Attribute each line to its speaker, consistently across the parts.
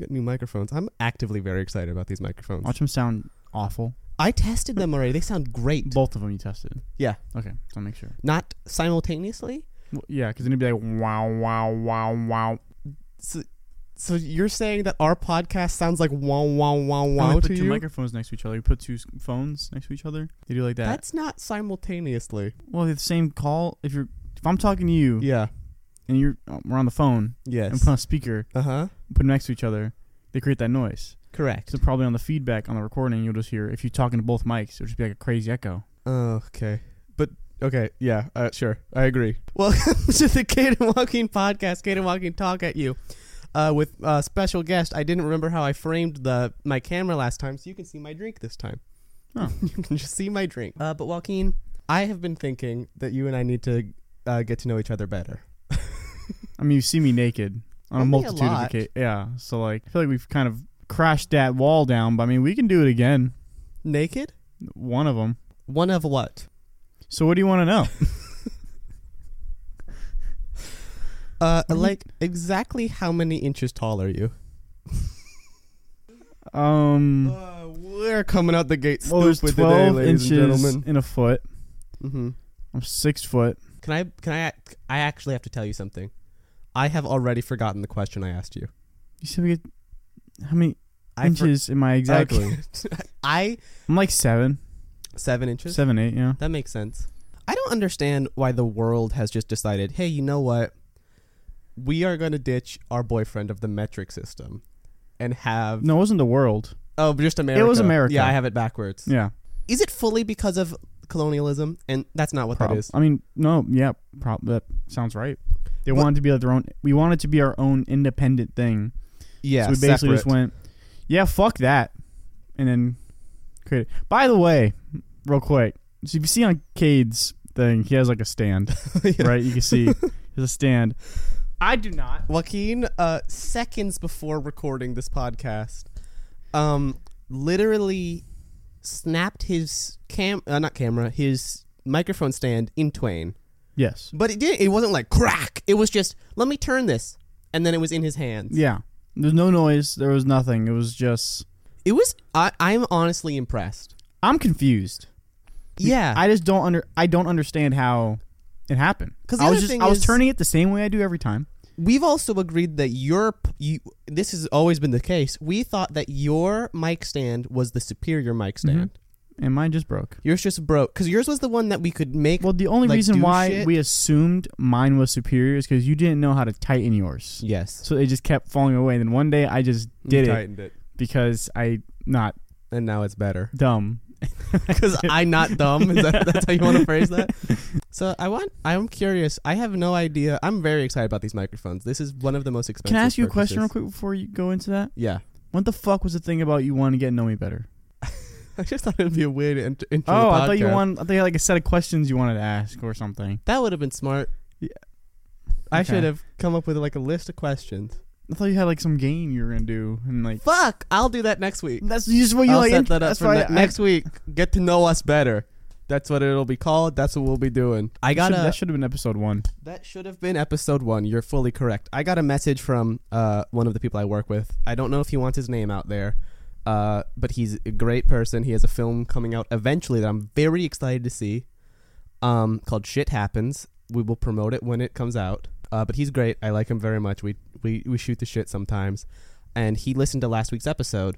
Speaker 1: got new microphones. I'm actively very excited about these microphones.
Speaker 2: Watch them sound awful.
Speaker 1: I tested them already. They sound great.
Speaker 2: Both of them you tested.
Speaker 1: Yeah.
Speaker 2: Okay, so make sure.
Speaker 1: Not simultaneously.
Speaker 2: Well, yeah, because then you'd be like, wow, wow, wow, wow.
Speaker 1: So, so you're saying that our podcast sounds like wow, wow, wow,
Speaker 2: Wow,
Speaker 1: wow
Speaker 2: we put
Speaker 1: to
Speaker 2: two
Speaker 1: you?
Speaker 2: microphones next to each other. We put two s- phones next to each other. They do like that.
Speaker 1: That's not simultaneously.
Speaker 2: well, they have the same call. If you're, if I'm talking to you
Speaker 1: Yeah.
Speaker 2: and you're, uh, we're on the phone and
Speaker 1: Yes.
Speaker 2: put on a speaker,
Speaker 1: Uh huh.
Speaker 2: put them next to each other, they create that noise.
Speaker 1: Correct.
Speaker 2: So probably on the feedback on the recording, you'll just hear if you're talking to both mics, it'll just be like a crazy echo.
Speaker 1: Oh, okay. But okay, yeah, uh, sure, I agree. Welcome to the Kate and Walking podcast. Kate and Walking talk at you uh, with uh, special guest. I didn't remember how I framed the my camera last time, so you can see my drink this time.
Speaker 2: Oh.
Speaker 1: you can just see my drink. Uh, but Joaquin, I have been thinking that you and I need to uh, get to know each other better.
Speaker 2: I mean, you see me naked on a
Speaker 1: Only a
Speaker 2: multitude of
Speaker 1: lot.
Speaker 2: occasions. Yeah, so like I feel like we've kind of crashed that wall down, but I mean, we can do it again.
Speaker 1: Naked?
Speaker 2: One of them.
Speaker 1: One of what?
Speaker 2: So what do you want to know?
Speaker 1: Uh,
Speaker 2: do you-
Speaker 1: like exactly how many inches tall are you?
Speaker 2: Um,
Speaker 1: Uh, we're coming out the gate.
Speaker 2: well, there's
Speaker 1: stupid
Speaker 2: 12
Speaker 1: ladies and
Speaker 2: inches
Speaker 1: gentlemen.
Speaker 2: in a foot.
Speaker 1: Mm-hmm.
Speaker 2: I'm six foot.
Speaker 1: Can I? Can I? ac- I actually have to tell you something. I have already forgotten the question I asked you.
Speaker 2: You said we get how many
Speaker 1: I for-
Speaker 2: inches am I exactly?
Speaker 1: Okay. I
Speaker 2: I'm like seven,
Speaker 1: seven inches.
Speaker 2: seven, eight. Yeah.
Speaker 1: That makes sense. I don't understand why the world has just decided. Hey, you know what? We are going to ditch our boyfriend of the metric system, and have
Speaker 2: No, it wasn't the world.
Speaker 1: oh, just America.
Speaker 2: America.
Speaker 1: Yeah, I have it backwards.
Speaker 2: Yeah.
Speaker 1: Is it fully because of colonialism? And that's not what
Speaker 2: prob-
Speaker 1: that is.
Speaker 2: I mean, no. Yeah. Prob- that sounds right. They
Speaker 1: Well-
Speaker 2: wanted to be like their own. We wanted to be our own independent thing.
Speaker 1: Yeah,
Speaker 2: so we basically just
Speaker 1: separate.
Speaker 2: went, yeah, fuck that, and then created. By the way, real quick, so if you see on Cade's thing, he has like a stand,
Speaker 1: Yeah.
Speaker 2: right? You can see there's a stand. I do not.
Speaker 1: Joaquin, uh, seconds before recording this podcast, um, literally snapped his cam, uh, not camera, his microphone stand in twain.
Speaker 2: Yes.
Speaker 1: But it didn't. It wasn't like crack. It was just let me turn this, and then it was in his hands.
Speaker 2: Yeah. There's no noise. There was nothing. It was just.
Speaker 1: It was. I, I'm honestly impressed.
Speaker 2: I'm confused.
Speaker 1: Yeah,
Speaker 2: I just don't under. I don't understand how it happened.
Speaker 1: 'Cause the
Speaker 2: I was
Speaker 1: other
Speaker 2: just.
Speaker 1: thing
Speaker 2: I was
Speaker 1: is-
Speaker 2: turning it the same way I do every time.
Speaker 1: we've also agreed that your p- you. This has always been the case. We thought that your mic stand was the superior mic
Speaker 2: Mm-hmm.
Speaker 1: stand.
Speaker 2: And mine just broke.
Speaker 1: Yours just broke because yours was the one that we could make.
Speaker 2: Well, the only
Speaker 1: Like,
Speaker 2: reason
Speaker 1: do
Speaker 2: why
Speaker 1: shit?
Speaker 2: we assumed mine was superior is because you didn't know how to tighten yours.
Speaker 1: yes,
Speaker 2: So it just kept falling away. And then one day I just did it
Speaker 1: it.
Speaker 2: because I not
Speaker 1: and now it's better
Speaker 2: dumb.
Speaker 1: because I not dumb. Is that, that's how you want to phrase that? So I want. I'm curious. I have no idea. I'm very excited about these microphones. This is one of the most expensive.
Speaker 2: Can I ask you a question real
Speaker 1: purchases.
Speaker 2: quick before you go into that?
Speaker 1: Yeah,
Speaker 2: What the fuck was the thing about you wanting to get to know me better?
Speaker 1: I just thought it'd be a weird int- intro. to the
Speaker 2: Oh, I thought you
Speaker 1: podcast.
Speaker 2: wanted. I thought you had like a set of questions you wanted to ask or something.
Speaker 1: That would have been smart.
Speaker 2: Yeah.
Speaker 1: I
Speaker 2: Okay.
Speaker 1: should have come up with like a list of questions.
Speaker 2: I thought you had like some game you were gonna do and like
Speaker 1: Fuck! I'll do that next week.
Speaker 2: that's just what you
Speaker 1: I'll
Speaker 2: like.
Speaker 1: set that up
Speaker 2: that's
Speaker 1: for
Speaker 2: why
Speaker 1: ne-
Speaker 2: I-
Speaker 1: next week. Get to know us better. That's what it'll be called. That's what we'll be doing. I
Speaker 2: I got
Speaker 1: gotta.
Speaker 2: that should have been episode one.
Speaker 1: That should have been episode one. You're fully correct. I got a message from uh, one of the people I work with. I don't know if he wants his name out there, uh, but he's a great person. He has a film coming out eventually that I'm very excited to see um, called Shit Happens. We will promote it when it comes out. Uh, but he's great. I like him very much. We, we, we shoot the shit sometimes. And he listened to last week's episode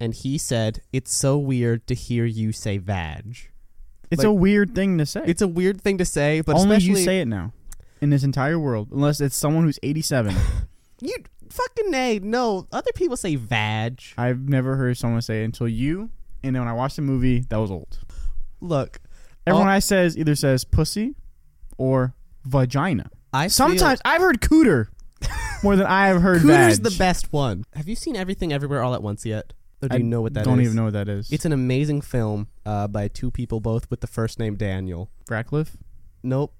Speaker 1: and he said, It's so weird to hear you say vag.
Speaker 2: It's
Speaker 1: Like-
Speaker 2: a weird thing to say.
Speaker 1: It's a weird thing to say, but
Speaker 2: only you
Speaker 1: especially.
Speaker 2: say it now in this entire world, unless it's someone who's 87.
Speaker 1: You fucking nay. No, other people say vag.
Speaker 2: I've never heard someone say it until you. And then when I watched the movie, that was old.
Speaker 1: Look,
Speaker 2: Everyone I says either says pussy or vagina.
Speaker 1: I
Speaker 2: Sometimes I've heard cooter more than I have heard
Speaker 1: feel Cooter's
Speaker 2: vag.
Speaker 1: the best one. Have you seen Everything Everywhere All at Once yet? Or do
Speaker 2: I
Speaker 1: you know what that is?
Speaker 2: Don't even know what that is.
Speaker 1: It's an amazing film uh, by two people, both with the first name Daniel.
Speaker 2: Ratcliffe.
Speaker 1: Nope,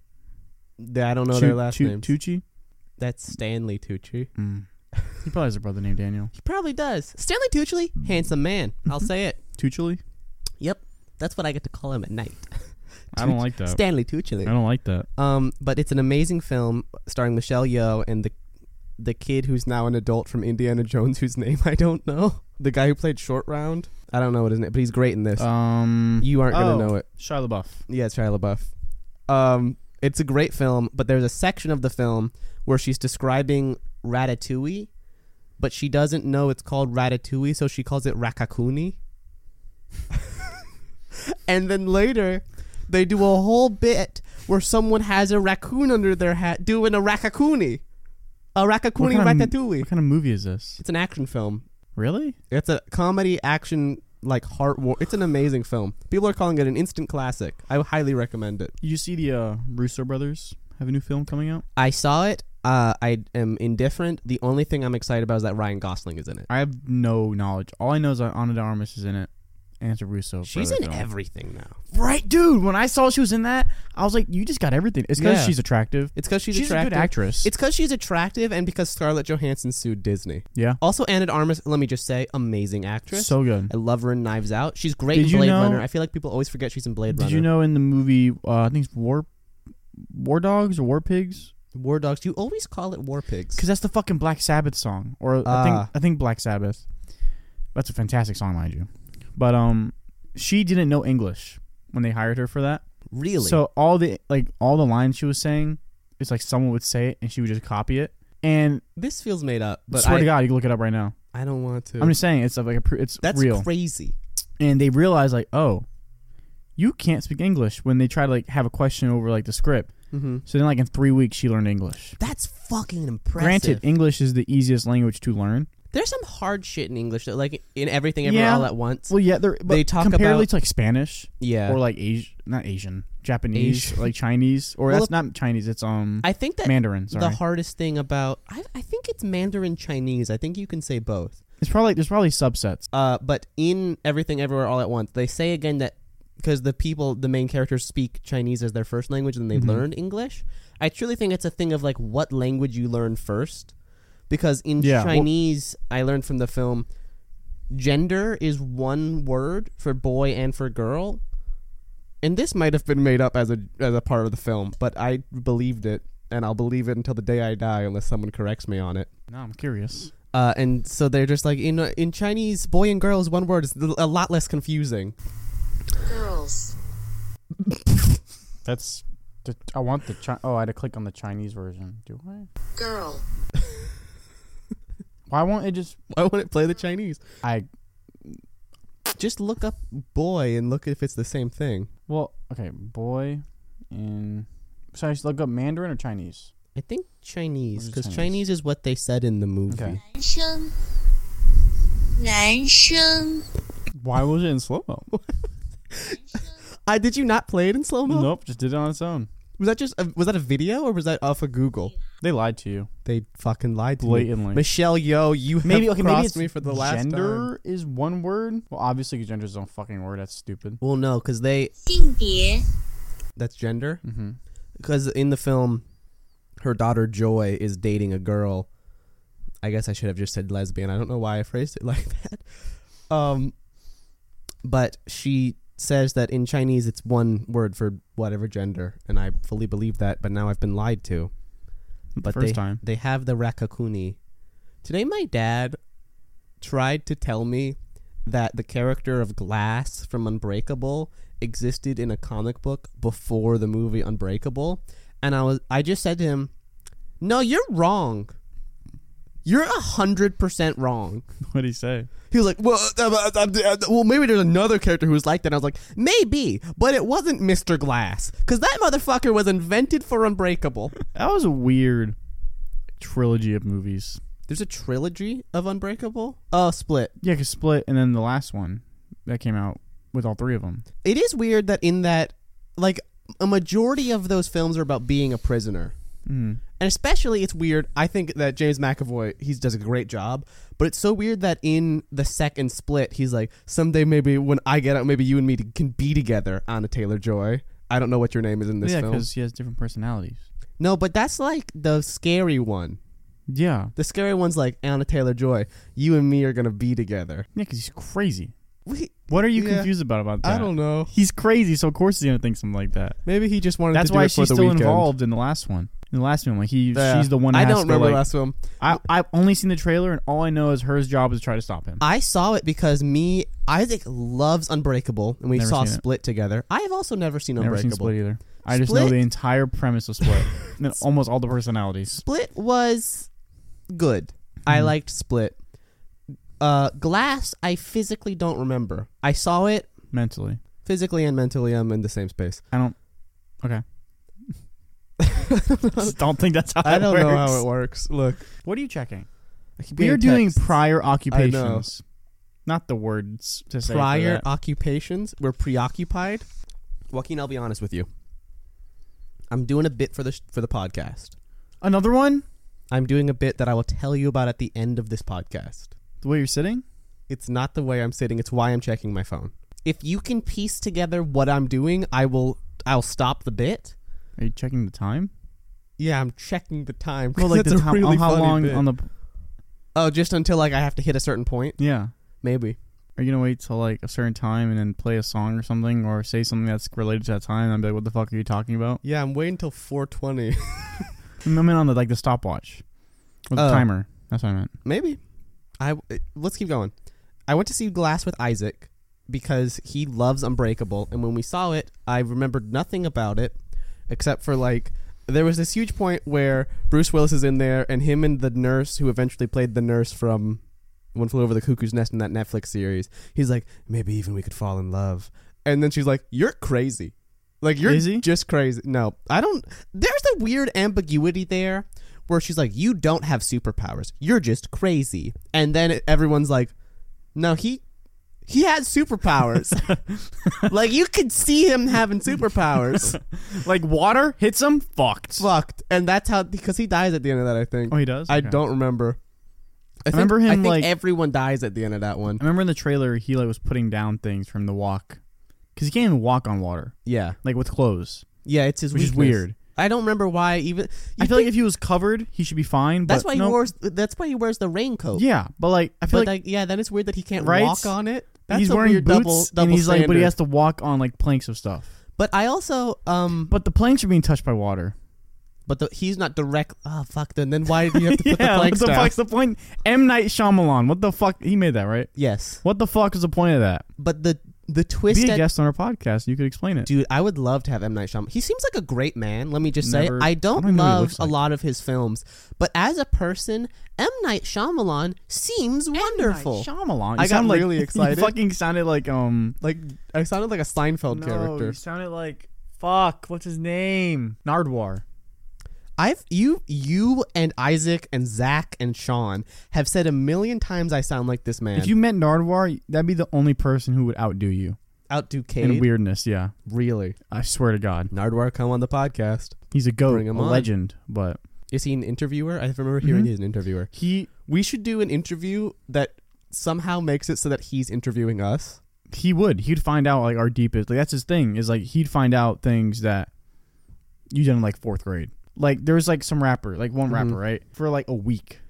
Speaker 1: They- I don't know
Speaker 2: Tu-
Speaker 1: their last
Speaker 2: Tu-
Speaker 1: name.
Speaker 2: Tucci.
Speaker 1: That's Stanley Tucci.
Speaker 2: Mm. He probably has a brother named Daniel.
Speaker 1: He probably does. Stanley Tucci, handsome man. I'll say it.
Speaker 2: Tucci.
Speaker 1: Yep, that's what I get to call him at night.
Speaker 2: I don't like
Speaker 1: Oh.
Speaker 2: that.
Speaker 1: Stanley Tucci.
Speaker 2: I don't like that.
Speaker 1: Um, but it's an amazing film starring Michelle Yeoh and the the kid who's now an adult from Indiana Jones, whose name I don't know. The guy who played Short Round. I don't know what his name, but he's great in this.
Speaker 2: Um,
Speaker 1: you aren't
Speaker 2: oh.
Speaker 1: gonna know it.
Speaker 2: Shia LaBeouf.
Speaker 1: Yeah, it's Shia LaBeouf. Um, it's a great film, but there's a section of the film where she's describing ratatouille, but she doesn't know it's called ratatouille, so she calls it rakakuni. and then later, they do a whole bit where someone has a raccoon under their hat doing a rakakuni, a rakakuni
Speaker 2: What kind of-
Speaker 1: ratatouille.
Speaker 2: What kind of movie is this?
Speaker 1: It's an action film.
Speaker 2: Really?
Speaker 1: It's a comedy action like heart war. It's an amazing film. People are calling it an instant classic. I highly recommend it.
Speaker 2: You see the uh, Russo brothers have a new film coming out?
Speaker 1: I saw it. Uh, I am indifferent. The only thing I'm excited about is that Ryan Gosling is in it.
Speaker 2: I have no knowledge. All I know is that Ana de Armas is in it. And it's a Russo.
Speaker 1: She's
Speaker 2: brother
Speaker 1: in
Speaker 2: film.
Speaker 1: everything now.
Speaker 2: Right, dude. When I saw she was in that, I was like, you just got everything. It's because
Speaker 1: Yeah.
Speaker 2: she's attractive.
Speaker 1: It's because she's,
Speaker 2: She's a
Speaker 1: attractive.
Speaker 2: good actress.
Speaker 1: It's because she's attractive and because Scarlett Johansson sued Disney.
Speaker 2: yeah.
Speaker 1: Also, Anna de Armas. Let me just say, amazing actress.
Speaker 2: So good.
Speaker 1: I love her in Knives Out. She's great
Speaker 2: Did
Speaker 1: in
Speaker 2: you
Speaker 1: Blade
Speaker 2: know-
Speaker 1: Runner. I feel like people always forget she's in Blade
Speaker 2: Did
Speaker 1: Runner.
Speaker 2: you know in the movie, uh, I think it's War, War Dogs or War Pigs?
Speaker 1: War Dogs? You always call it War Pigs.
Speaker 2: Because that's the fucking Black Sabbath song, or I
Speaker 1: Ah.
Speaker 2: think I think Black Sabbath. That's a fantastic song, mind you. But um, she didn't know English when they hired her for that.
Speaker 1: Really?
Speaker 2: So all the like all the lines she was saying, it's like someone would say it and she would just copy it. And
Speaker 1: this feels made up, but
Speaker 2: swear
Speaker 1: I,
Speaker 2: to God, you can look it up right now.
Speaker 1: I don't want to.
Speaker 2: I'm just saying it's like a pr- it's
Speaker 1: That's
Speaker 2: real.
Speaker 1: crazy.
Speaker 2: and they realize like oh, you can't speak English when they try to like have a question over like the script.
Speaker 1: Mm-hmm.
Speaker 2: So then like in three weeks she learned English.
Speaker 1: That's fucking impressive.
Speaker 2: Granted, English is the easiest language to learn.
Speaker 1: There's some hard shit in English that, like, in everything,
Speaker 2: Yeah.
Speaker 1: everywhere, all at once.
Speaker 2: Well, yeah, they're, but
Speaker 1: They talk
Speaker 2: comparatively
Speaker 1: about-
Speaker 2: to like Spanish
Speaker 1: yeah.
Speaker 2: or like Asian, not Asian, Japanese,
Speaker 1: Asian.
Speaker 2: or, like Chinese, or
Speaker 1: Well,
Speaker 2: that's not Chinese. It's um
Speaker 1: I think that
Speaker 2: Mandarin. Sorry,
Speaker 1: the hardest thing about I, I think it's Mandarin Chinese. I think you can say both.
Speaker 2: it's probably there's probably subsets.
Speaker 1: Uh, but in everything, everywhere, all at once, they say again that because the people, the main characters, speak Chinese as their first language, and they
Speaker 2: Mhm.
Speaker 1: learned English. I truly think it's a thing of like what language you learn first, because in
Speaker 2: Yeah, well-
Speaker 1: Chinese, I learned from the film, gender is one word for boy and for girl. And this might have been made up as a as a part of the film, but I believed it, and I'll believe it until the day I die, unless someone corrects me on it.
Speaker 2: No, I'm curious.
Speaker 1: Uh, and so they're just like in uh, in Chinese, boy and girl is one word. It's a lot less confusing.
Speaker 3: Girls.
Speaker 2: That's the, I want the Chi- oh I had to click on the Chinese version. Do I?
Speaker 3: Girl.
Speaker 2: Why won't it just
Speaker 1: Why wouldn't it play the Chinese?
Speaker 2: I
Speaker 1: Just look up boy and look if it's the same thing.
Speaker 2: well okay boy and so I should look up Mandarin or Chinese.
Speaker 1: I think Chinese
Speaker 2: What is
Speaker 1: because Chinese?
Speaker 2: Chinese
Speaker 1: is what they said in the movie.
Speaker 2: Okay.
Speaker 3: 男生。男生。
Speaker 2: Why was it in slow mo?
Speaker 1: I did you not play it in slow mo?
Speaker 2: nope, just did it on its own.
Speaker 1: Was that just a, was that a video or was that off of Google?
Speaker 2: They lied to you
Speaker 1: They fucking lied to me.
Speaker 2: blatantly.
Speaker 1: Michelle Yo, you have
Speaker 2: Maybe okay. Maybe
Speaker 1: crossed
Speaker 2: it's
Speaker 1: me for the last time.
Speaker 2: gender is one word. Well, obviously, 'cause gender is one fucking word. That's stupid.
Speaker 1: Well, no, because they
Speaker 3: 性别。
Speaker 1: that's gender.
Speaker 2: Mm-hmm.
Speaker 1: because in the film, her daughter Joy is dating a girl. I guess I should have just said lesbian. I don't know why I phrased it like that. Um, but she says that in Chinese it's one word for whatever gender, and I fully believe that. But now I've been lied to. But
Speaker 2: First
Speaker 1: they
Speaker 2: time.
Speaker 1: they have the rakakuni. Today, my dad tried to tell me that the character of Glass from Unbreakable existed in a comic book before the movie Unbreakable, and I was I just said to him, "No, you're wrong. You're a hundred percent wrong."
Speaker 2: What did he say?
Speaker 1: He was like, well, uh, uh, uh, uh, well, maybe there's another character who's like that. And I was like, maybe, but it wasn't Mr. Glass. Because that motherfucker was invented for Unbreakable.
Speaker 2: That was a weird trilogy of movies.
Speaker 1: There's a trilogy of Unbreakable. Oh, Split.
Speaker 2: Yeah, cause Split and then the last one that came out with all three of them.
Speaker 1: It is weird that in that, like, a majority of those films are about being a prisoner.
Speaker 2: Mm-hmm.
Speaker 1: And especially, it's weird. I think that James McAvoy he does a great job, but it's so weird that in the second split, he's like, "Someday, maybe when I get out, maybe you and me can be together." Anna Taylor Joy. I don't know what your name is in this
Speaker 2: Yeah,
Speaker 1: film.
Speaker 2: because he has different personalities.
Speaker 1: No, but that's like the scary one.
Speaker 2: Yeah,
Speaker 1: The scary one's like Anna Taylor Joy. You and me are gonna be together.
Speaker 2: yeah, because he's crazy.
Speaker 1: we,
Speaker 2: What are you
Speaker 1: Yeah.
Speaker 2: confused about about that?
Speaker 1: I don't know.
Speaker 2: He's crazy, so of course he's gonna think something like that.
Speaker 1: Maybe he just wanted
Speaker 2: That's
Speaker 1: to do
Speaker 2: why
Speaker 1: it for
Speaker 2: she's
Speaker 1: the
Speaker 2: still
Speaker 1: weekend.
Speaker 2: involved in the last one. In the last one, like he,
Speaker 1: Yeah.
Speaker 2: she's the one. That
Speaker 1: I
Speaker 2: has
Speaker 1: don't
Speaker 2: to go,
Speaker 1: remember
Speaker 2: like-
Speaker 1: last film.
Speaker 2: I, I've only seen the trailer, and all I know is her job is to try to stop him.
Speaker 1: I saw it because me Isaac loves Unbreakable, and we
Speaker 2: Never
Speaker 1: saw
Speaker 2: seen it.
Speaker 1: Split together. I have also never seen
Speaker 2: Never
Speaker 1: Unbreakable.
Speaker 2: seen Split either. I just know
Speaker 1: Split?
Speaker 2: the entire premise of Split, and then almost all the personalities.
Speaker 1: Split was good. I
Speaker 2: Mhm.
Speaker 1: liked Split. Uh, Glass, I physically don't remember. I saw it
Speaker 2: Mentally,
Speaker 1: physically and mentally. I'm in the same space.
Speaker 2: okay. Just don't think that's how
Speaker 1: I
Speaker 2: that
Speaker 1: don't know
Speaker 2: works.
Speaker 1: how it works. Look,
Speaker 2: What are you checking?
Speaker 1: I keep
Speaker 2: We are
Speaker 1: getting
Speaker 2: doing
Speaker 1: texts.
Speaker 2: prior occupations, not the words to say. for
Speaker 1: prior
Speaker 2: that.
Speaker 1: occupations. We're preoccupied. Joaquin, I'll be honest with you. I'm doing a bit for the sh- for the podcast.
Speaker 2: Another one.
Speaker 1: I'm doing a bit that I will tell you about at the end of this podcast.
Speaker 2: The way you're sitting.
Speaker 1: It's not the way I'm sitting. It's why I'm checking my phone. If you can piece together what I'm doing, I will. I'll stop the bit.
Speaker 2: Are you checking the time?
Speaker 1: Yeah, I'm checking the time.
Speaker 2: Well, like
Speaker 1: That's
Speaker 2: the
Speaker 1: a
Speaker 2: time
Speaker 1: really
Speaker 2: on how
Speaker 1: funny
Speaker 2: long
Speaker 1: bit.
Speaker 2: on the
Speaker 1: oh, just until like I have to hit a certain point,
Speaker 2: yeah.
Speaker 1: maybe.
Speaker 2: Are you gonna wait till like a certain time and then play a song or something or say something that's related to that time? And I'm like, what the fuck are you talking about?
Speaker 1: Yeah, I'm waiting until 4:20.
Speaker 2: I meant on the like the stopwatch, or the
Speaker 1: Oh.
Speaker 2: timer. That's what I meant.
Speaker 1: maybe. I it- let's keep going. I went to see Glass with Isaac because he loves Unbreakable, and when we saw it, I remembered nothing about it except for like there was this huge point where Bruce Willis is in there, and him and the nurse who eventually played the nurse from One Flew Over the Cuckoo's Nest in that Netflix series. He's like, maybe even we could fall in love, and then she's like, "You're crazy." Like you're
Speaker 2: Is he?
Speaker 1: just crazy. No, I don't. There's a weird ambiguity there, where she's like, "You don't have superpowers. You're just crazy," and then everyone's like, "No, he he has superpowers. like you could see him having superpowers."
Speaker 2: Like water hits him, fucked.
Speaker 1: fucked, and that's how because he dies at the end of that. I think
Speaker 2: oh, he does.
Speaker 1: I
Speaker 2: Okay.
Speaker 1: don't remember. I think,
Speaker 2: remember him,
Speaker 1: I think
Speaker 2: like-
Speaker 1: everyone dies at the end of that one.
Speaker 2: I remember in the trailer he like was putting down things from the walk, because he can't even walk on water,
Speaker 1: Yeah,
Speaker 2: like with clothes,
Speaker 1: yeah, it's his
Speaker 2: which is
Speaker 1: weakness.
Speaker 2: weird.
Speaker 1: I don't remember why even.
Speaker 2: I feel like
Speaker 1: think-
Speaker 2: if he was covered, he should be fine.
Speaker 1: that's
Speaker 2: but
Speaker 1: why he
Speaker 2: no.
Speaker 1: wears. That's why he wears the raincoat.
Speaker 2: Yeah, but like I
Speaker 1: but
Speaker 2: feel
Speaker 1: like,
Speaker 2: like,
Speaker 1: yeah, then it's weird that he can't
Speaker 2: Right?
Speaker 1: walk on it. That's
Speaker 2: he's
Speaker 1: a
Speaker 2: wearing
Speaker 1: weird
Speaker 2: boots,
Speaker 1: double, double
Speaker 2: and he's like, but he
Speaker 1: standard.
Speaker 2: has to walk on like planks of stuff.
Speaker 1: But I also um. But,
Speaker 2: But the planks are being touched by water.
Speaker 1: the, he's not direct. Oh fuck! Then then why do you have to put
Speaker 2: yeah,
Speaker 1: the planks
Speaker 2: what the
Speaker 1: down?
Speaker 2: fuck's the point? M Night Shyamalan. What the fuck? He made that, right?
Speaker 1: Yes,
Speaker 2: What the fuck is the point of that?
Speaker 1: but the the
Speaker 2: Be
Speaker 1: twist.
Speaker 2: a
Speaker 1: At,
Speaker 2: guest on our podcast. You could explain it.
Speaker 1: dude, I would love to have M Night Shyamalan. He seems like a great man. Let me just
Speaker 2: Never-
Speaker 1: say, I
Speaker 2: I
Speaker 1: don't,
Speaker 2: don't even know what he
Speaker 1: love
Speaker 2: looks
Speaker 1: a
Speaker 2: like.
Speaker 1: lot of his films, but as a person, M Night Shyamalan seems wonderful.
Speaker 2: Shyamalan. You
Speaker 1: I got
Speaker 2: sound like,
Speaker 1: really excited.
Speaker 2: You fucking sounded like um.
Speaker 1: like I sounded like a Seinfeld character.
Speaker 2: sounded like fuck. What's his name? Nardwar.
Speaker 1: I've you you and Isaac and Zach and Sean have said a million times I sound like this man.
Speaker 2: If you met Nardwar, that'd be the only person who would outdo you
Speaker 1: outdo
Speaker 2: in
Speaker 1: Cade,
Speaker 2: weirdness. Yeah,
Speaker 1: really?
Speaker 2: I swear to God,
Speaker 1: Nardwar come on the podcast.
Speaker 2: he's a goat,
Speaker 1: Bring him
Speaker 2: a
Speaker 1: on.
Speaker 2: legend. But
Speaker 1: Is he an interviewer? I remember hearing
Speaker 2: Mhm.
Speaker 1: he's an interviewer.
Speaker 2: he
Speaker 1: Mm-hmm. We should do an interview that somehow makes it so that he's interviewing us.
Speaker 2: he would he'd find out like our deepest like that's his thing is like he'd find out things that you did in like fourth grade like there was like some rapper like one rapper
Speaker 1: Mhm.
Speaker 2: right for like a week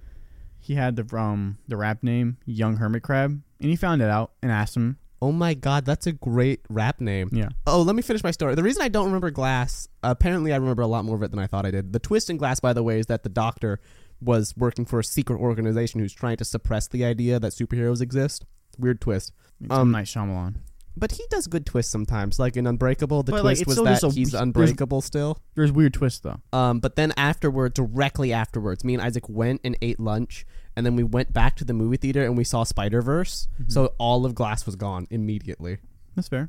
Speaker 2: he had the um the rap name young hermit crab and he found it out and asked him
Speaker 1: Oh my god, that's a great rap name.
Speaker 2: yeah
Speaker 1: Oh, let me finish my story. The reason I don't remember Glass, apparently I remember a lot more of it than I thought I did. The twist in Glass, by the way, is that the doctor was working for a secret organization who's trying to suppress the idea that superheroes exist. Weird twist.
Speaker 2: it's
Speaker 1: Um,
Speaker 2: um nice Shyamalan.
Speaker 1: But he does good twists sometimes. Like in Unbreakable, the
Speaker 2: But, like,
Speaker 1: twist
Speaker 2: it's
Speaker 1: was
Speaker 2: still
Speaker 1: that
Speaker 2: just a-
Speaker 1: he's
Speaker 2: there's-
Speaker 1: unbreakable still.
Speaker 2: there's weird twists though
Speaker 1: Um, but then afterward, directly afterwards, me and Isaac went and ate lunch, and then we went back to the movie theater and we saw Spider Verse. So all of Glass was gone immediately.
Speaker 2: that's fair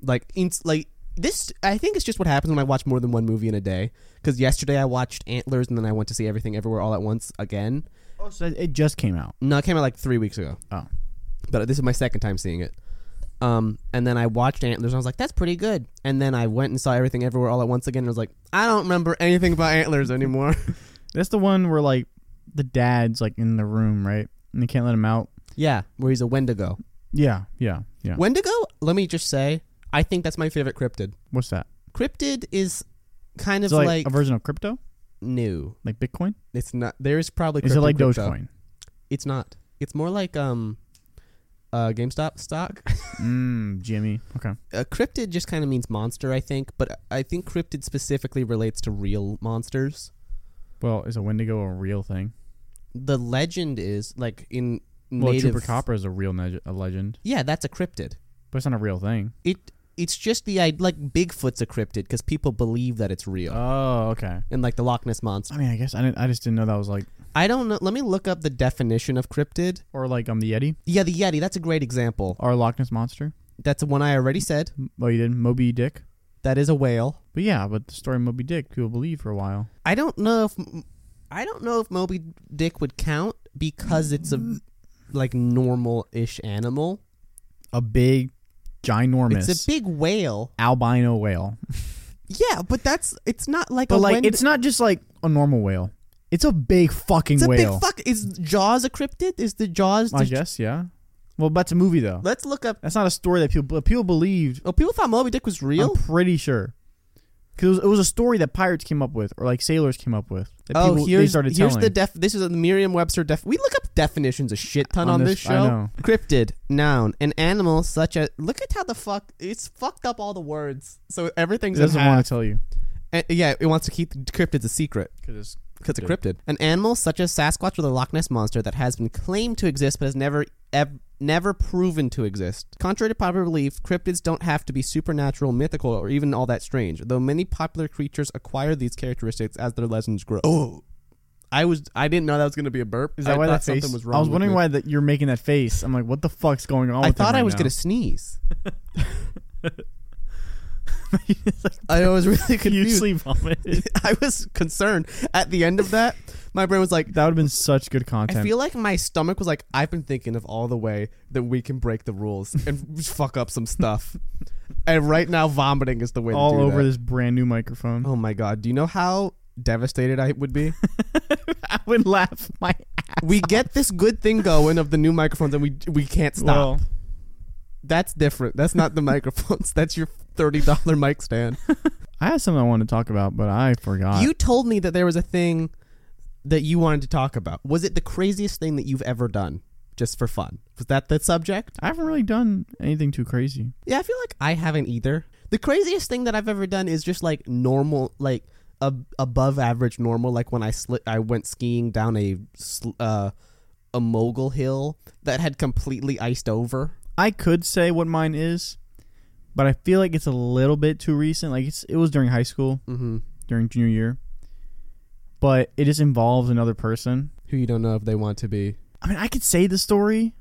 Speaker 1: Like, ins like this, I think it's just what happens when I watch more than one movie in a day. Because yesterday I watched Antlers, and then I went to see Everything Everywhere All at Once again.
Speaker 2: oh so it just came out
Speaker 1: No, it came out like three weeks ago.
Speaker 2: Oh.
Speaker 1: But this is my second time seeing it. Um, and then I watched Antlers and I was like, that's pretty good. And then I went and saw Everything Everywhere All at Once again and I was like, I don't remember anything about Antlers anymore.
Speaker 2: that's the one where like the dad's like in the room right and they can't let him out
Speaker 1: yeah, where he's a Wendigo.
Speaker 2: yeah yeah yeah
Speaker 1: Wendigo, let me just say, I think that's my favorite cryptid.
Speaker 2: what's that
Speaker 1: Cryptid is kind of
Speaker 2: it's like,
Speaker 1: like,
Speaker 2: a version of crypto
Speaker 1: new.
Speaker 2: like bitcoin
Speaker 1: It's not. There's probably
Speaker 2: is it
Speaker 1: cryptid
Speaker 2: like
Speaker 1: crypto.
Speaker 2: dogecoin
Speaker 1: It's not. It's more like um, uh, GameStop stock.
Speaker 2: Mm, Jimmy. Okay.
Speaker 1: uh, cryptid just kind of means monster, I think, but I think cryptid specifically relates to real monsters.
Speaker 2: Well, is a Wendigo a real thing?
Speaker 1: The legend is like in
Speaker 2: Well,
Speaker 1: native
Speaker 2: Chupacabra is a real neg- a legend,
Speaker 1: Yeah, that's a cryptid.
Speaker 2: but it's not a real thing.
Speaker 1: It it's just the I like Bigfoot's a cryptid because people believe that it's real,
Speaker 2: Oh, okay.
Speaker 1: and like the Loch Ness monster.
Speaker 2: I mean, I guess I didn't. I just didn't know that was like
Speaker 1: I don't know. Let me look up the definition of cryptid.
Speaker 2: or like um the Yeti
Speaker 1: Yeah, the Yeti. That's a great example.
Speaker 2: or Loch Ness monster.
Speaker 1: That's one I already said.
Speaker 2: Oh, you didn't Moby Dick.
Speaker 1: That is a whale.
Speaker 2: But yeah, but the story of Moby Dick people believe for a while.
Speaker 1: I don't know if I don't know if Moby Dick would count because it's a like normal-ish animal.
Speaker 2: A big, ginormous
Speaker 1: It's a big whale.
Speaker 2: albino whale.
Speaker 1: Yeah, but that's it's not like
Speaker 2: But
Speaker 1: a
Speaker 2: like,
Speaker 1: Wend-
Speaker 2: it's not just like a normal whale. It's a big fucking
Speaker 1: it's a
Speaker 2: whale.
Speaker 1: big fuck. Is Jaws a cryptid? Is the Jaws?
Speaker 2: I
Speaker 1: the-
Speaker 2: guess yeah. Well, that's a movie though.
Speaker 1: Let's look up.
Speaker 2: That's not a story that people people believed.
Speaker 1: Oh, people thought Moby Dick was real.
Speaker 2: I'm pretty sure. Because it was, it was a story that pirates came up with, or like sailors came up with. That
Speaker 1: oh,
Speaker 2: people, they
Speaker 1: here's
Speaker 2: started
Speaker 1: here's
Speaker 2: telling.
Speaker 1: the def. This is a Merriam-Webster def. We look up definitions a shit ton on,
Speaker 2: On
Speaker 1: this,
Speaker 2: this- I
Speaker 1: show.
Speaker 2: know.
Speaker 1: Cryptid noun, an animal such as. Look at how the fuck it's fucked up all the words. So
Speaker 2: it
Speaker 1: everything's in
Speaker 2: doesn't
Speaker 1: half.
Speaker 2: want to tell you
Speaker 1: And- yeah, it wants to keep cryptids a secret.
Speaker 2: because it's
Speaker 1: Because it's a cryptid. An animal such as Sasquatch or the Loch Ness Monster that has been claimed to exist but has never ev- never proven to exist. Contrary to popular belief, cryptids don't have to be supernatural, mythical, or even all that strange, though many popular creatures acquire these characteristics as their legends grow. Oh. I was I didn't know that was going to be a burp.
Speaker 2: Is that
Speaker 1: I
Speaker 2: why
Speaker 1: thought
Speaker 2: that face?
Speaker 1: something was wrong?
Speaker 2: I was
Speaker 1: with
Speaker 2: wondering
Speaker 1: me.
Speaker 2: why that you're making that face. I'm like, what the fuck's going on?
Speaker 1: I
Speaker 2: with him
Speaker 1: thought I
Speaker 2: right
Speaker 1: was
Speaker 2: now?
Speaker 1: going to sneeze. I was really confused.
Speaker 2: hugely vomited.
Speaker 1: I was concerned at the end of that. My brain was like,
Speaker 2: That would have been such good content.
Speaker 1: I feel like my stomach was like, I've been thinking of all the way that we can break the rules and fuck up some stuff. And right now, vomiting is the way to
Speaker 2: all
Speaker 1: do
Speaker 2: over
Speaker 1: that.
Speaker 2: this brand new microphone.
Speaker 1: Oh my god! Do you know how devastated I would be?
Speaker 2: I would laugh my
Speaker 1: we get this good thing going of the new microphones, and we we can't stop.
Speaker 2: Well,
Speaker 1: That's different. That's not the microphones. That's your thirty dollar mic stand.
Speaker 2: I had something I wanted to talk about, but I forgot.
Speaker 1: you told me that there was a thing that you wanted to talk about. Was it the craziest thing that you've ever done, just for fun? Was that the subject?
Speaker 2: I haven't really done anything too crazy.
Speaker 1: Yeah, I feel like I haven't either. The craziest thing that I've ever done is just like normal, like ab- above average normal. Like when I sli- I went skiing down a sl- uh, a mogul hill that had completely iced over.
Speaker 2: I could say what mine is, but I feel like it's a little bit too recent. Like it's it was during high school,
Speaker 1: Mm-hmm.
Speaker 2: during junior year, but it just involves another person.
Speaker 1: Who you don't know if they want to be.
Speaker 2: I mean, I could say the story.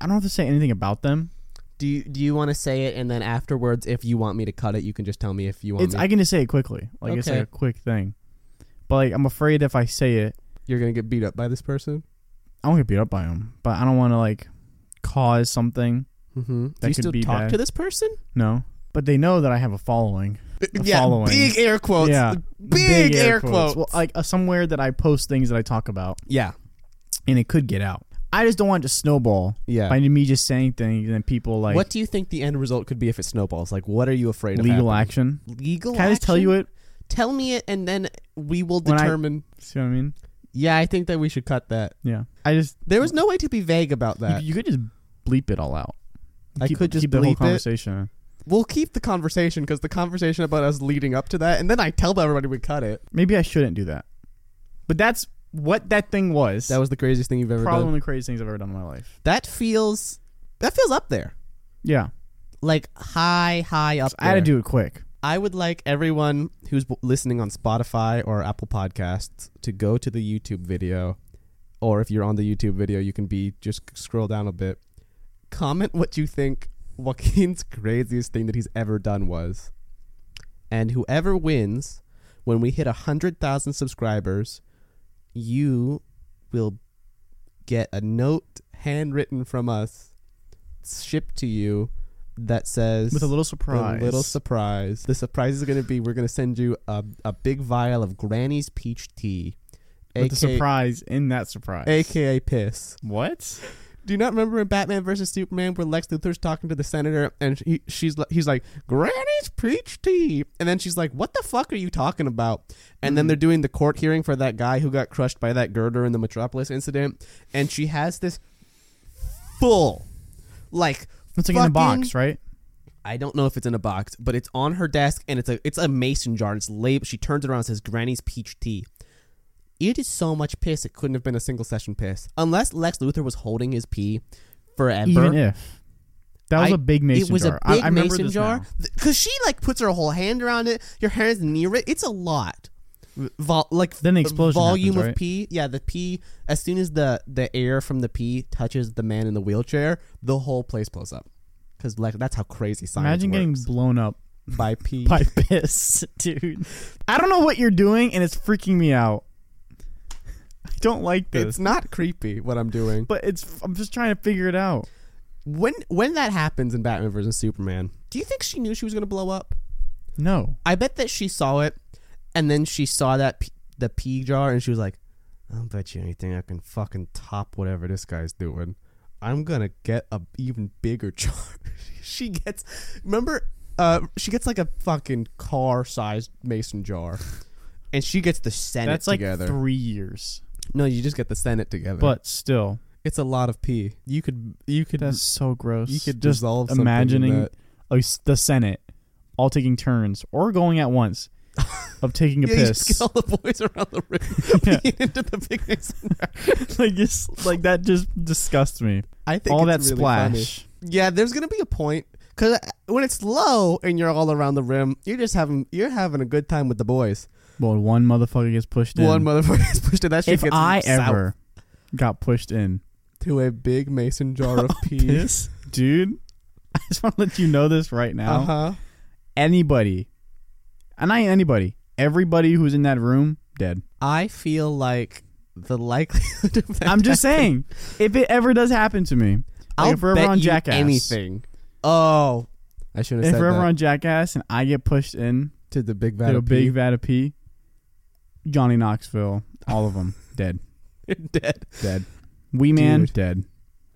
Speaker 2: I don't have to say anything about them.
Speaker 1: Do you do you want to say it and then afterwards, if you want me to cut it, you can just tell me if you want.
Speaker 2: It's
Speaker 1: me.
Speaker 2: I can just say it quickly. Like it's
Speaker 1: Okay.
Speaker 2: like a quick thing. But like I'm afraid if I say it,
Speaker 1: You're gonna get beat up by this person.
Speaker 2: I won't get beat up by him. But I don't want to like cause something.
Speaker 1: Mm-hmm. Do
Speaker 2: That
Speaker 1: you
Speaker 2: could
Speaker 1: still
Speaker 2: be
Speaker 1: talk
Speaker 2: bad.
Speaker 1: to this person?
Speaker 2: No. But they know that I have a following. A following.
Speaker 1: big air quotes.
Speaker 2: Yeah.
Speaker 1: Oh, big, air, quotes.
Speaker 2: Well, like uh, somewhere that I post things that I talk about,
Speaker 1: yeah,
Speaker 2: and it could get out. I just don't want it to snowball
Speaker 1: yeah.
Speaker 2: by me just saying things and then people like
Speaker 1: what do you think the end result could be if it snowballs? Like, what are you afraid of?
Speaker 2: legal
Speaker 1: happening?
Speaker 2: action.
Speaker 1: Legal.
Speaker 2: Can I just tell you it?
Speaker 1: Tell me it, and then we will
Speaker 2: When I-
Speaker 1: determine.
Speaker 2: See what I mean?
Speaker 1: yeah, I think that we should cut that.
Speaker 2: Yeah. I just
Speaker 1: There was no way to be vague about
Speaker 2: you,
Speaker 1: that.
Speaker 2: you could just bleep it all out.
Speaker 1: Uh, I
Speaker 2: Keep-
Speaker 1: could just
Speaker 2: keep the whole
Speaker 1: bleep it.
Speaker 2: conversation.
Speaker 1: We'll keep the conversation because the conversation about us leading up to that, and then I tell everybody we cut it.
Speaker 2: Maybe I shouldn't do that. But that's what that thing was.
Speaker 1: That was the craziest thing you've ever
Speaker 2: probably
Speaker 1: done.
Speaker 2: one of the craziest things I've ever done in my life.
Speaker 1: That feels. That feels up there.
Speaker 2: Yeah.
Speaker 1: Like high, high up.
Speaker 2: I had to
Speaker 1: there.
Speaker 2: do it quick.
Speaker 1: I would like everyone who's w- listening on Spotify or Apple Podcasts to go to the YouTube video, or if you're on the YouTube video, you can be just scroll down a bit. Comment what you think Joaquin's craziest thing that he's ever done was, and whoever wins, when we hit a hundred thousand subscribers, you will get a note handwritten from us, shipped to you, that says
Speaker 2: With a little surprise.
Speaker 1: a little surprise. The surprise is going to be we're going to send you a, a big vial of Granny's peach tea.
Speaker 2: With
Speaker 1: AKA
Speaker 2: the surprise in that surprise.
Speaker 1: AKA piss.
Speaker 2: What?
Speaker 1: Do you not remember in Batman versus Superman where Lex Luthor's talking to the senator and he, she's li- he's like Granny's peach tea, and then she's like, "What the fuck are you talking about?" And
Speaker 2: Hmm.
Speaker 1: then they're doing the court hearing for that guy who got crushed by that girder in the Metropolis incident, and she has this full, Like
Speaker 2: It's like in a box,
Speaker 1: fucking- E.
Speaker 2: right?
Speaker 1: I don't know if it's in a box, but it's on her desk and it's a it's a mason jar. And it's labeled. She turns it around and says Granny's peach tea. It is so much piss. It couldn't have been a single session piss unless Lex Luthor was holding his pee forever.
Speaker 2: Even if that was
Speaker 1: I-
Speaker 2: a big mason
Speaker 1: it was
Speaker 2: jar.
Speaker 1: a big
Speaker 2: I, I remember
Speaker 1: mason
Speaker 2: this
Speaker 1: jar
Speaker 2: now.
Speaker 1: because she like puts her whole hand around it. Your hand's near it. It's a lot. Vol- like
Speaker 2: Then
Speaker 1: uh,
Speaker 2: the explosion
Speaker 1: volume
Speaker 2: happens,
Speaker 1: of
Speaker 2: right?
Speaker 1: pee. Yeah, the pee. As soon as the the air from the pee touches the man in the wheelchair, the whole place blows up. Because like that's how crazy science
Speaker 2: Imagine getting
Speaker 1: works.
Speaker 2: blown up
Speaker 1: by pee.
Speaker 2: by piss, dude. I don't know what you're doing, and it's freaking me out. I don't like this,
Speaker 1: It's not creepy what I'm doing.
Speaker 2: but it's. I'm just trying to figure it out.
Speaker 1: When when that happens in Batman versus Superman, do you think she knew she was gonna blow up?
Speaker 2: No,
Speaker 1: I bet that she saw it, and then she saw that p- the pee jar, and she was like, "I'll bet you anything I can fucking top whatever this guy's doing. I'm gonna get a even bigger jar." she gets, remember, uh, she gets like a fucking car-sized mason jar, and she gets the Senate
Speaker 2: that's like
Speaker 1: together.
Speaker 2: three years,
Speaker 1: no, you just get the Senate together.
Speaker 2: but still,
Speaker 1: it's a lot of pee. You could you could
Speaker 2: that's so gross.
Speaker 1: you could
Speaker 2: just
Speaker 1: dissolve something in
Speaker 2: imagining
Speaker 1: that.
Speaker 2: a s the Senate all taking turns or going at once of taking a
Speaker 1: Yeah, you just
Speaker 2: piss.
Speaker 1: get all the boys around the room
Speaker 2: Yeah.
Speaker 1: peeing into the big mason jar.
Speaker 2: like just like that just disgusts me.
Speaker 1: I think
Speaker 2: All that
Speaker 1: it's really funny.
Speaker 2: splash.
Speaker 1: Yeah, there's gonna be a point because when it's low and you're all around the rim, you're just having you're having a good time with the boys.
Speaker 2: Well, one motherfucker gets pushed in.
Speaker 1: One motherfucker gets pushed in that shit.
Speaker 2: if
Speaker 1: gets
Speaker 2: I
Speaker 1: south
Speaker 2: ever got pushed in,
Speaker 1: to a big mason jar of pee,
Speaker 2: piss, dude, I just want to let you know this right now.
Speaker 1: uh huh.
Speaker 2: Anybody, and I anybody, everybody who's in that room, dead.
Speaker 1: I feel like the likelihood of that.
Speaker 2: I'm just saying, if it ever does happen to me,
Speaker 1: I'll
Speaker 2: like if we're ever
Speaker 1: bet
Speaker 2: on
Speaker 1: you
Speaker 2: Jackass,
Speaker 1: anything. Oh, I should have
Speaker 2: if
Speaker 1: said
Speaker 2: we're
Speaker 1: that
Speaker 2: ever on Jackass and I get pushed in
Speaker 1: to the big
Speaker 2: to
Speaker 1: vat
Speaker 2: a
Speaker 1: of pee.
Speaker 2: big vat of pee, Johnny Knoxville, all of them, dead,
Speaker 1: dead.
Speaker 2: dead. Wee Man,
Speaker 1: Dude.
Speaker 2: dead.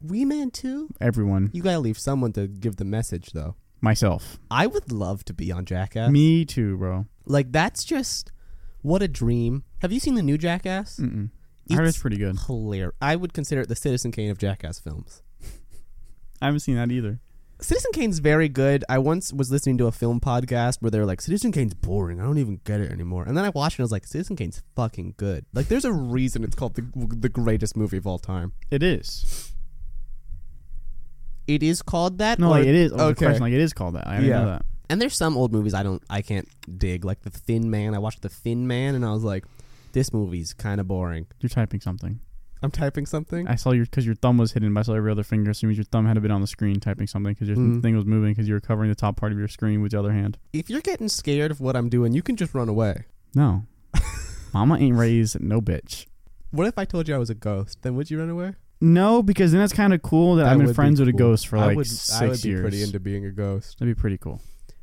Speaker 1: Wee man too.
Speaker 2: Everyone,
Speaker 1: You gotta leave someone to give the message though.
Speaker 2: myself,
Speaker 1: I would love to be on Jackass.
Speaker 2: me too, bro.
Speaker 1: Like that's just what a dream. Have you seen the new Jackass?
Speaker 2: Mm-mm. I heard
Speaker 1: It's
Speaker 2: it's pretty good.
Speaker 1: Hilarious. I would consider it the Citizen Kane of Jackass films.
Speaker 2: I haven't seen that either.
Speaker 1: Citizen Kane's very good. I once was listening to a film podcast where they were like, Citizen Kane's boring. I don't even get it anymore. And then I watched it and I was like, Citizen Kane's fucking good. Like, there's a reason it's called the, the greatest movie of all time.
Speaker 2: It is.
Speaker 1: It is called that?
Speaker 2: No,
Speaker 1: or-
Speaker 2: like it is. Oh, the
Speaker 1: okay.
Speaker 2: question, like it is called that. I didn't
Speaker 1: Yeah.
Speaker 2: know that.
Speaker 1: And there's some old movies I don't I can't dig. Like The Thin Man. I watched The Thin Man and I was like, this movie's kind of boring.
Speaker 2: You're typing something.
Speaker 1: I'm typing something.
Speaker 2: I saw your because your thumb was hidden. But I saw every other finger. As soon as your thumb had been on the screen, typing something because your
Speaker 1: Mm.
Speaker 2: thing was moving because you were covering the top part of your screen with the other hand.
Speaker 1: if you're getting scared of what I'm doing, you can just run away.
Speaker 2: No, Mama ain't raised no bitch.
Speaker 1: What if I told you I was a ghost? Then would you run away?
Speaker 2: No, because then it's kind of cool that,
Speaker 1: That
Speaker 2: I've
Speaker 1: would
Speaker 2: been
Speaker 1: be
Speaker 2: friends with a
Speaker 1: cool.
Speaker 2: ghost for like
Speaker 1: I would,
Speaker 2: six
Speaker 1: I would be
Speaker 2: years.
Speaker 1: pretty into being a ghost.
Speaker 2: That'd be pretty cool.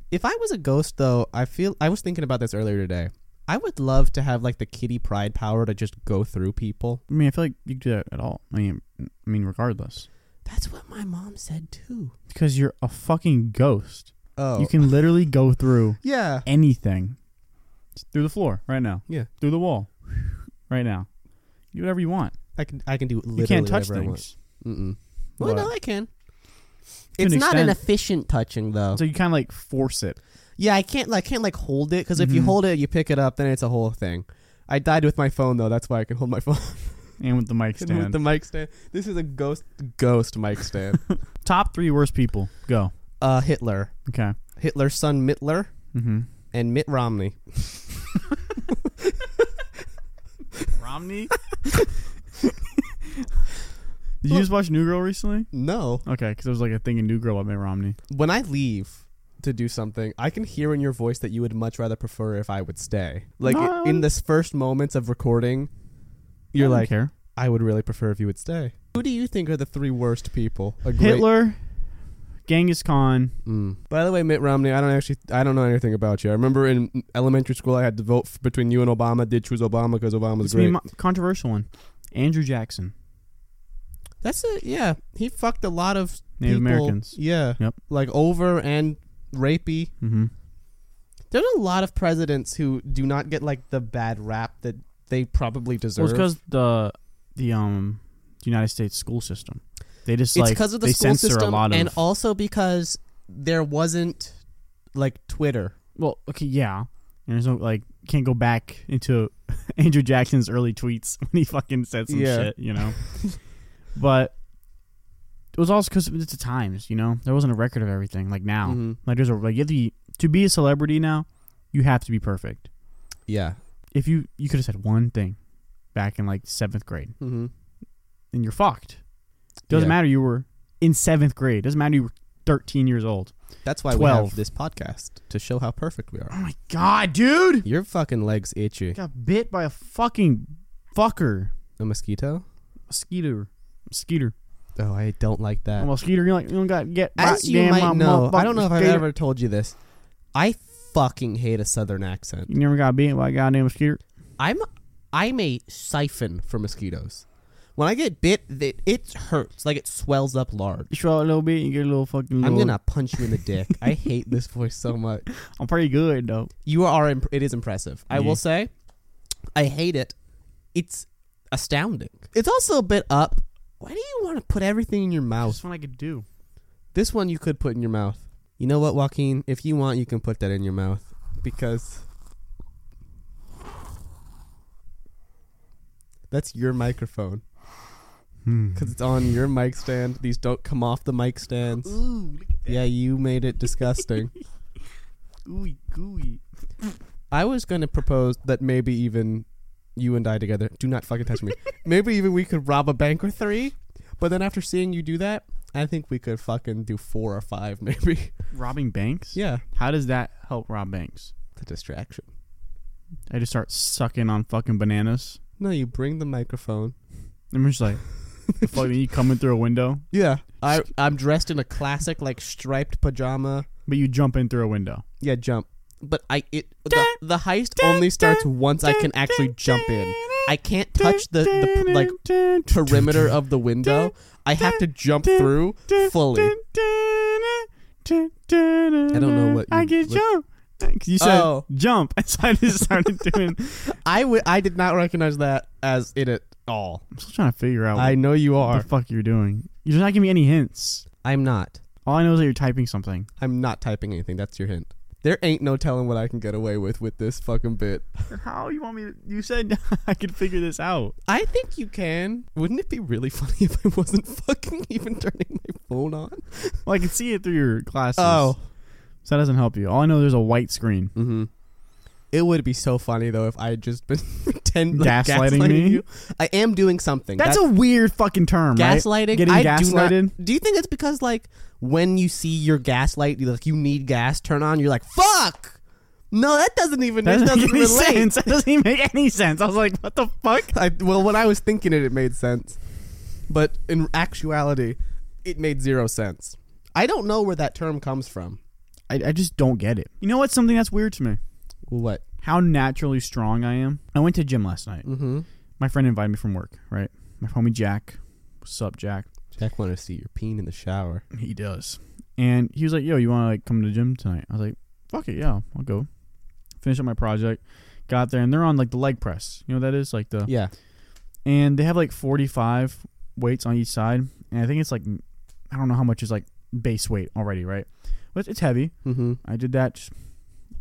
Speaker 1: If I was a ghost, though, I feel I was thinking about this earlier today. I would love to have like the kitty pride power to just go through people.
Speaker 2: I mean, I feel like you could do that at all. I mean, I mean, regardless,
Speaker 1: That's what my mom said too.
Speaker 2: because you're a fucking ghost.
Speaker 1: Oh,
Speaker 2: You can literally go through
Speaker 1: yeah.
Speaker 2: anything Just through the floor right now.
Speaker 1: Yeah.
Speaker 2: Through the wall right now. Do whatever you want.
Speaker 1: I can. I can do literally
Speaker 2: you can't touch
Speaker 1: whatever I want.
Speaker 2: things.
Speaker 1: Mm-mm. Well,
Speaker 2: What?
Speaker 1: no, I can.
Speaker 2: To
Speaker 1: It's
Speaker 2: an
Speaker 1: not an
Speaker 2: extent.
Speaker 1: efficient touching though.
Speaker 2: So you kind of like force it.
Speaker 1: Yeah, I can't like can't like hold it because if you
Speaker 2: Mhm.
Speaker 1: hold it, you pick it up, then it's a whole thing. I died with my phone though. That's why I can hold my phone
Speaker 2: And with the mic
Speaker 1: with
Speaker 2: stand.
Speaker 1: the mic stand. This is a ghost ghost mic stand.
Speaker 2: Top three worst people. Go.
Speaker 1: uh, Hitler,
Speaker 2: Okay.
Speaker 1: Hitler's son Mittler,
Speaker 2: Mm-hmm.
Speaker 1: and Mitt Romney.
Speaker 2: Romney? Did you just watch New Girl recently?
Speaker 1: No,
Speaker 2: Okay, because there was like a thing in New Girl about Mitt Romney.
Speaker 1: when I leave to do something, I can hear in your voice that you would much rather prefer if I would stay. Like
Speaker 2: No, I
Speaker 1: in
Speaker 2: wouldn't-
Speaker 1: this first moments of recording, you're
Speaker 2: I don't
Speaker 1: like,
Speaker 2: care.
Speaker 1: I would really prefer if you would stay. Who do you think are the three worst people? A great-
Speaker 2: Hitler, Genghis Khan.
Speaker 1: Mm. By the way, Mitt Romney, I don't actually, I don't know anything about you. I remember in elementary school, I had to vote f- between you and Obama. Did choose Obama because Obama's
Speaker 2: It's gonna
Speaker 1: great.
Speaker 2: be a mo- controversial one. Andrew Jackson.
Speaker 1: That's a yeah. He fucked a lot of
Speaker 2: Native
Speaker 1: people.
Speaker 2: Americans.
Speaker 1: Yeah.
Speaker 2: Yep.
Speaker 1: Like over and rapey.
Speaker 2: Mm-hmm.
Speaker 1: There's a lot of presidents who do not get like the bad rap that they probably
Speaker 2: Well,
Speaker 1: deserve.
Speaker 2: it's because the the um the United States school system. They just
Speaker 1: it's
Speaker 2: like
Speaker 1: because of the
Speaker 2: they
Speaker 1: school
Speaker 2: censor
Speaker 1: system
Speaker 2: a lot of
Speaker 1: and also because there wasn't like Twitter.
Speaker 2: well, okay, yeah. And there's no like can't go back into Andrew Jackson's early tweets when he fucking said some
Speaker 1: Yeah.
Speaker 2: shit, you know. but it was also because it's the times, you know. There wasn't a record of everything like now.
Speaker 1: Mhm.
Speaker 2: Like there's a like you have to be, to be a celebrity now, you have to be perfect.
Speaker 1: Yeah.
Speaker 2: If you you could have said one thing back in like seventh grade,
Speaker 1: Mm-hmm.
Speaker 2: then you're fucked. Doesn't
Speaker 1: Yeah.
Speaker 2: matter you were in seventh grade. Doesn't matter you were 13 years old.
Speaker 1: That's why we
Speaker 2: 12.
Speaker 1: have this podcast to show how perfect we
Speaker 2: Oh
Speaker 1: are.
Speaker 2: my god, dude!
Speaker 1: Your fucking legs itchy.
Speaker 2: Got bit by a fucking fucker.
Speaker 1: A mosquito?
Speaker 2: mosquito, mosquito.
Speaker 1: Oh, I don't like that.
Speaker 2: A mosquito. You're like you don't got get.
Speaker 1: As
Speaker 2: right
Speaker 1: you
Speaker 2: damn
Speaker 1: might
Speaker 2: my
Speaker 1: know, I don't know if I've
Speaker 2: motherfucking
Speaker 1: ever told you this. I fucking hate a southern accent.
Speaker 2: You never got beat by a goddamn mosquito.
Speaker 1: I'm I'm a siphon for mosquitoes. When I get bit, it, it hurts like it swells up large.
Speaker 2: You swallow a little bit, you get a little fucking.
Speaker 1: I'm
Speaker 2: little-
Speaker 1: gonna punch you in the dick. I hate this voice so much.
Speaker 2: I'm pretty good though.
Speaker 1: You are. Imp- it is impressive. I
Speaker 2: Yeah.
Speaker 1: will say, I hate it. It's astounding. It's also a bit up. Why do you want to put everything in your mouth?
Speaker 2: one I could do.
Speaker 1: This one you could put in your mouth. You know what, Joaquin? If you want, you can put that in your mouth because that's your microphone. because it's on your mic stand. These don't come off the mic stands.
Speaker 2: Ooh, look at
Speaker 1: Yeah, you made it disgusting.
Speaker 2: that. Ooey gooey.
Speaker 1: I was going to propose that maybe even you and I together, do not fucking touch me. maybe even we could rob a bank or three. But then after seeing you do that, I think we could fucking do four or five, maybe.
Speaker 2: Robbing banks.
Speaker 1: yeah.
Speaker 2: How does that help rob banks?
Speaker 1: The distraction.
Speaker 2: I just start sucking on fucking bananas.
Speaker 1: No, you bring the microphone.
Speaker 2: I'm just like, the fuck, you coming through a window,
Speaker 1: Yeah. I, I'm dressed in a classic, like, striped pajama.
Speaker 2: but you jump in through a window.
Speaker 1: Yeah, jump. But I it the, the heist only starts once I can actually jump in. I can't touch the, the like perimeter of the window. I have to jump through fully.
Speaker 2: I
Speaker 1: don't know what
Speaker 2: I
Speaker 1: you-
Speaker 2: get
Speaker 1: what-
Speaker 2: jump. 'Cause you said
Speaker 1: Oh.
Speaker 2: jump, and so I just started doing.
Speaker 1: I w- I did not recognize that as it at all.
Speaker 2: I'm still trying to figure out
Speaker 1: I know you
Speaker 2: what
Speaker 1: are.
Speaker 2: the fuck you're doing. You're not giving me any hints.
Speaker 1: I'm not.
Speaker 2: All I know is that you're typing something.
Speaker 1: I'm not typing anything. That's your hint. There ain't no telling what I can get away with with this fucking bit.
Speaker 2: How you want me? to... You said I could figure this out.
Speaker 1: I think you can. Wouldn't it be really funny if I wasn't fucking even turning my phone on?
Speaker 2: Well, I can see it through your glasses.
Speaker 1: Oh.
Speaker 2: so that doesn't help you. All I know there's a white screen.
Speaker 1: Mm-hmm. It would be so funny though if I had just been pretend like,
Speaker 2: Gaslighting
Speaker 1: gaslighting,
Speaker 2: me?
Speaker 1: you. I am doing something.
Speaker 2: That's, a weird fucking term, right?
Speaker 1: gaslighting.
Speaker 2: Getting
Speaker 1: I Do,
Speaker 2: gaslighted?
Speaker 1: not, do you think it's because like when you see your gaslight, you like you need gas turn on, you're like fuck. No, that doesn't even
Speaker 2: That
Speaker 1: it
Speaker 2: doesn't
Speaker 1: doesn't
Speaker 2: make any
Speaker 1: relate.
Speaker 2: sense. That doesn't even make any sense. I was like, what the fuck?
Speaker 1: I, well, when I was thinking it, it made sense, but in actuality, it made zero sense. I don't know where that term comes from.
Speaker 2: I, I just don't get it. You know what's something that's weird to me?
Speaker 1: What?
Speaker 2: How naturally strong I am. I went to gym last night.
Speaker 1: Mm-hmm.
Speaker 2: My friend invited me from work, right? My homie Jack. What's up, Jack?
Speaker 1: Jack wanted to see your peen in the shower.
Speaker 2: He does. And he was like, yo, you want to like come to the gym tonight? I was like, fuck it, yeah, I'll go. Finish up my project. Got there, and they're on like the leg press. You know what that is? Like the.
Speaker 1: Yeah.
Speaker 2: and they have like 45 weights on each side and i think it's like i don't know how much is like base weight already right but it's heavy
Speaker 1: Mm-hmm.
Speaker 2: i did that just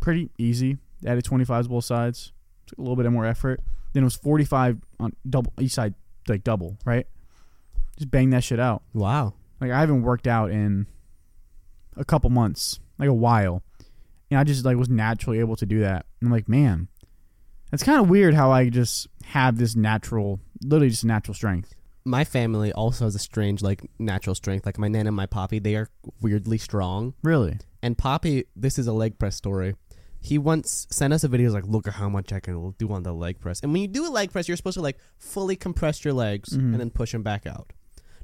Speaker 2: pretty easy added 25s both sides took a little bit more effort then it was 45 on double each side like double right just bang that shit out
Speaker 1: Wow.
Speaker 2: like i haven't worked out in a couple months like a while and i just like was naturally able to do that and i'm like man that's kind of weird how i just have this natural literally just natural strength
Speaker 1: my family also has a strange like natural strength like my nan and my poppy they are weirdly strong
Speaker 2: Really?
Speaker 1: and poppy this is a leg press story he once sent us a video he's like look at how much i can do on the leg press and when you do a leg press you're supposed to like fully compress your legs and then push them back out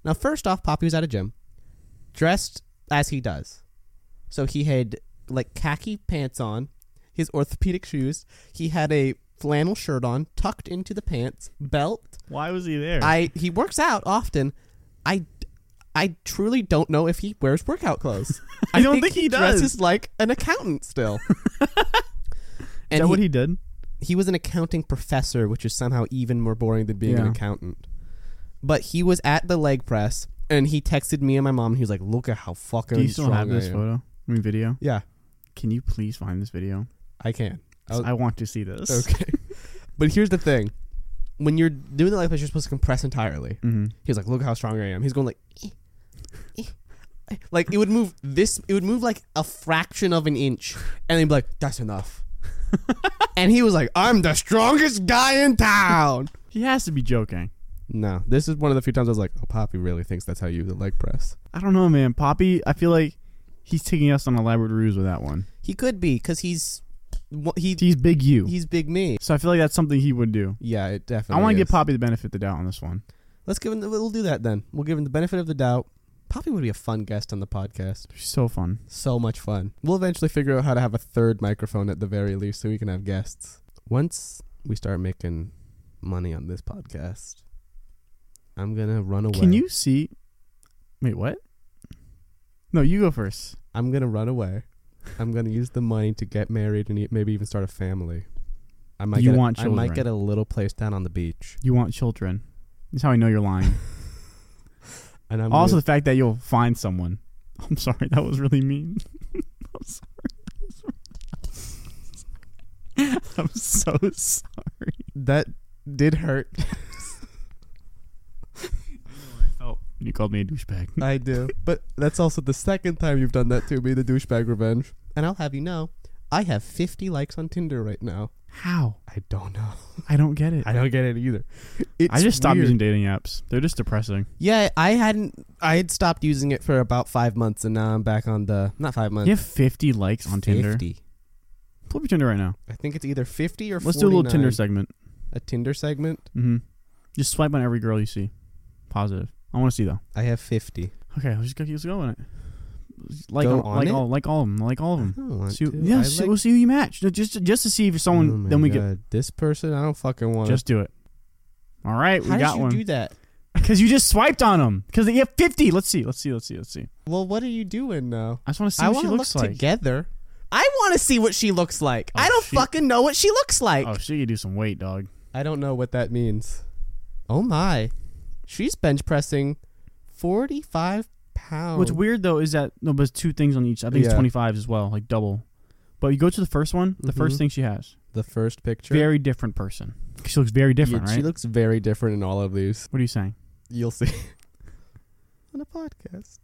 Speaker 1: now first off poppy was at a gym dressed as he does so he had like khaki pants on his orthopedic shoes he had a flannel shirt on tucked into the pants belt
Speaker 2: Why was he there?
Speaker 1: I he works out often. I I truly don't know if he wears workout clothes.
Speaker 2: I don't think he does.
Speaker 1: Dresses like an accountant still.
Speaker 2: Is
Speaker 1: and
Speaker 2: that
Speaker 1: he,
Speaker 2: what he did?
Speaker 1: he was an accounting professor, which is somehow even more boring than being an
Speaker 2: Yeah.
Speaker 1: accountant. But he was at the leg press and he texted me and my mom. And he was like, "Look at how fucking
Speaker 2: Do you still
Speaker 1: strong
Speaker 2: have
Speaker 1: I
Speaker 2: this
Speaker 1: am."
Speaker 2: photo? I mean, video.
Speaker 1: Yeah,
Speaker 2: Can you please find this video?
Speaker 1: I can.
Speaker 2: 'Cause I want to see this.
Speaker 1: Okay, but here's the thing: when you're doing the leg press, you're supposed to compress entirely.
Speaker 2: hmm
Speaker 1: He was like, "Look how strong I am." He's going like, "Eh, eh, eh." like it would move this. It would move like a fraction of an inch, and they'd be like, "That's enough." and he was like, "I'm the strongest guy in town."
Speaker 2: He has to be joking.
Speaker 1: No, this is one of the few times I was like, "Oh, Poppy really thinks that's how you do the leg press."
Speaker 2: I don't know, man. Poppy, I feel like he's taking us on a elaborate ruse with that one.
Speaker 1: He could be because he's wha- he
Speaker 2: He's big you.
Speaker 1: he's big me.
Speaker 2: so I feel like that's something he would do.
Speaker 1: Yeah, it definitely.
Speaker 2: I want
Speaker 1: is.
Speaker 2: to give Poppy the benefit of the doubt on this one.
Speaker 1: Let's give him. The, we'll do that then. We'll give him the benefit of the doubt. Poppy would be a fun guest on the podcast.
Speaker 2: She's so fun.
Speaker 1: So much fun. We'll eventually figure out how to have a third microphone at the very least so we can have guests. Once we start making money on this podcast, I'm going to run away.
Speaker 2: Can you see? Wait, what? No, you go first.
Speaker 1: I'm going to run away. I'm going to use the money to get married and e- maybe even start a family. I might
Speaker 2: You
Speaker 1: get
Speaker 2: want
Speaker 1: a, I might
Speaker 2: children.
Speaker 1: get a little place down on the beach.
Speaker 2: You want children. That's how I know you're lying.
Speaker 1: And I'm
Speaker 2: also,
Speaker 1: gonna-
Speaker 2: the fact that you'll find someone. I'm sorry, that was really mean. I'm sorry. I'm so sorry.
Speaker 1: that did hurt.
Speaker 2: Oh, you called me a douchebag.
Speaker 1: I do. But that's also the second time you've done that to me, the douchebag revenge. And I'll have you know, I have 50 likes on Tinder right now.
Speaker 2: How?
Speaker 1: I don't know.
Speaker 2: I don't get it.
Speaker 1: I don't get it either. It's
Speaker 2: I just stopped
Speaker 1: weird.
Speaker 2: using dating apps. They're just depressing.
Speaker 1: Yeah, I hadn't. I had stopped using it for about five months, and now I'm back on the not five months.
Speaker 2: You have 50 likes on Tinder.
Speaker 1: 50.
Speaker 2: Pull up your Tinder right now.
Speaker 1: I think it's either 50 or.
Speaker 2: Let's do a little
Speaker 1: 49.
Speaker 2: Tinder segment.
Speaker 1: A Tinder segment.
Speaker 2: Mm-hmm. Just swipe on every girl you see. Positive. I want to see though.
Speaker 1: I have 50.
Speaker 2: Okay, let's just go, let's go on it. Like
Speaker 1: Go
Speaker 2: all,
Speaker 1: on
Speaker 2: like
Speaker 1: it?
Speaker 2: all like all of them. Like all of them.
Speaker 1: I don't want
Speaker 2: See,
Speaker 1: to.
Speaker 2: yeah,
Speaker 1: I
Speaker 2: see-
Speaker 1: like-
Speaker 2: we'll see who you match. No, Just just to see if
Speaker 1: Oh
Speaker 2: someone.
Speaker 1: my
Speaker 2: then we
Speaker 1: God, this person. I don't fucking
Speaker 2: get
Speaker 1: want.
Speaker 2: just do it. All right,
Speaker 1: how
Speaker 2: we
Speaker 1: did
Speaker 2: got
Speaker 1: you do
Speaker 2: one.
Speaker 1: that?
Speaker 2: Because you just swiped on them. Because you have fifty. Let's see. Let's see. Let's see. Let's see.
Speaker 1: Well, what are you doing now?
Speaker 2: I just want to see
Speaker 1: I
Speaker 2: what
Speaker 1: want
Speaker 2: she
Speaker 1: to look
Speaker 2: looks like.
Speaker 1: together. I want to see what she looks like.
Speaker 2: Oh,
Speaker 1: I don't
Speaker 2: she-
Speaker 1: fucking know what she looks like.
Speaker 2: Oh, she could do some weight, dog.
Speaker 1: I don't know what that means. Oh my. She's bench pressing 45 pounds.
Speaker 2: What's weird though is that no, but it's two things on each. I think it's
Speaker 1: Oh. Yeah.
Speaker 2: twenty five as well, like double. But you go to the first one. The
Speaker 1: Mhm.
Speaker 2: first thing she has,
Speaker 1: The first picture.
Speaker 2: very different person. She looks very different,
Speaker 1: Yeah,
Speaker 2: right?
Speaker 1: She looks very different in all of these.
Speaker 2: what are you saying?
Speaker 1: You'll see. on a podcast.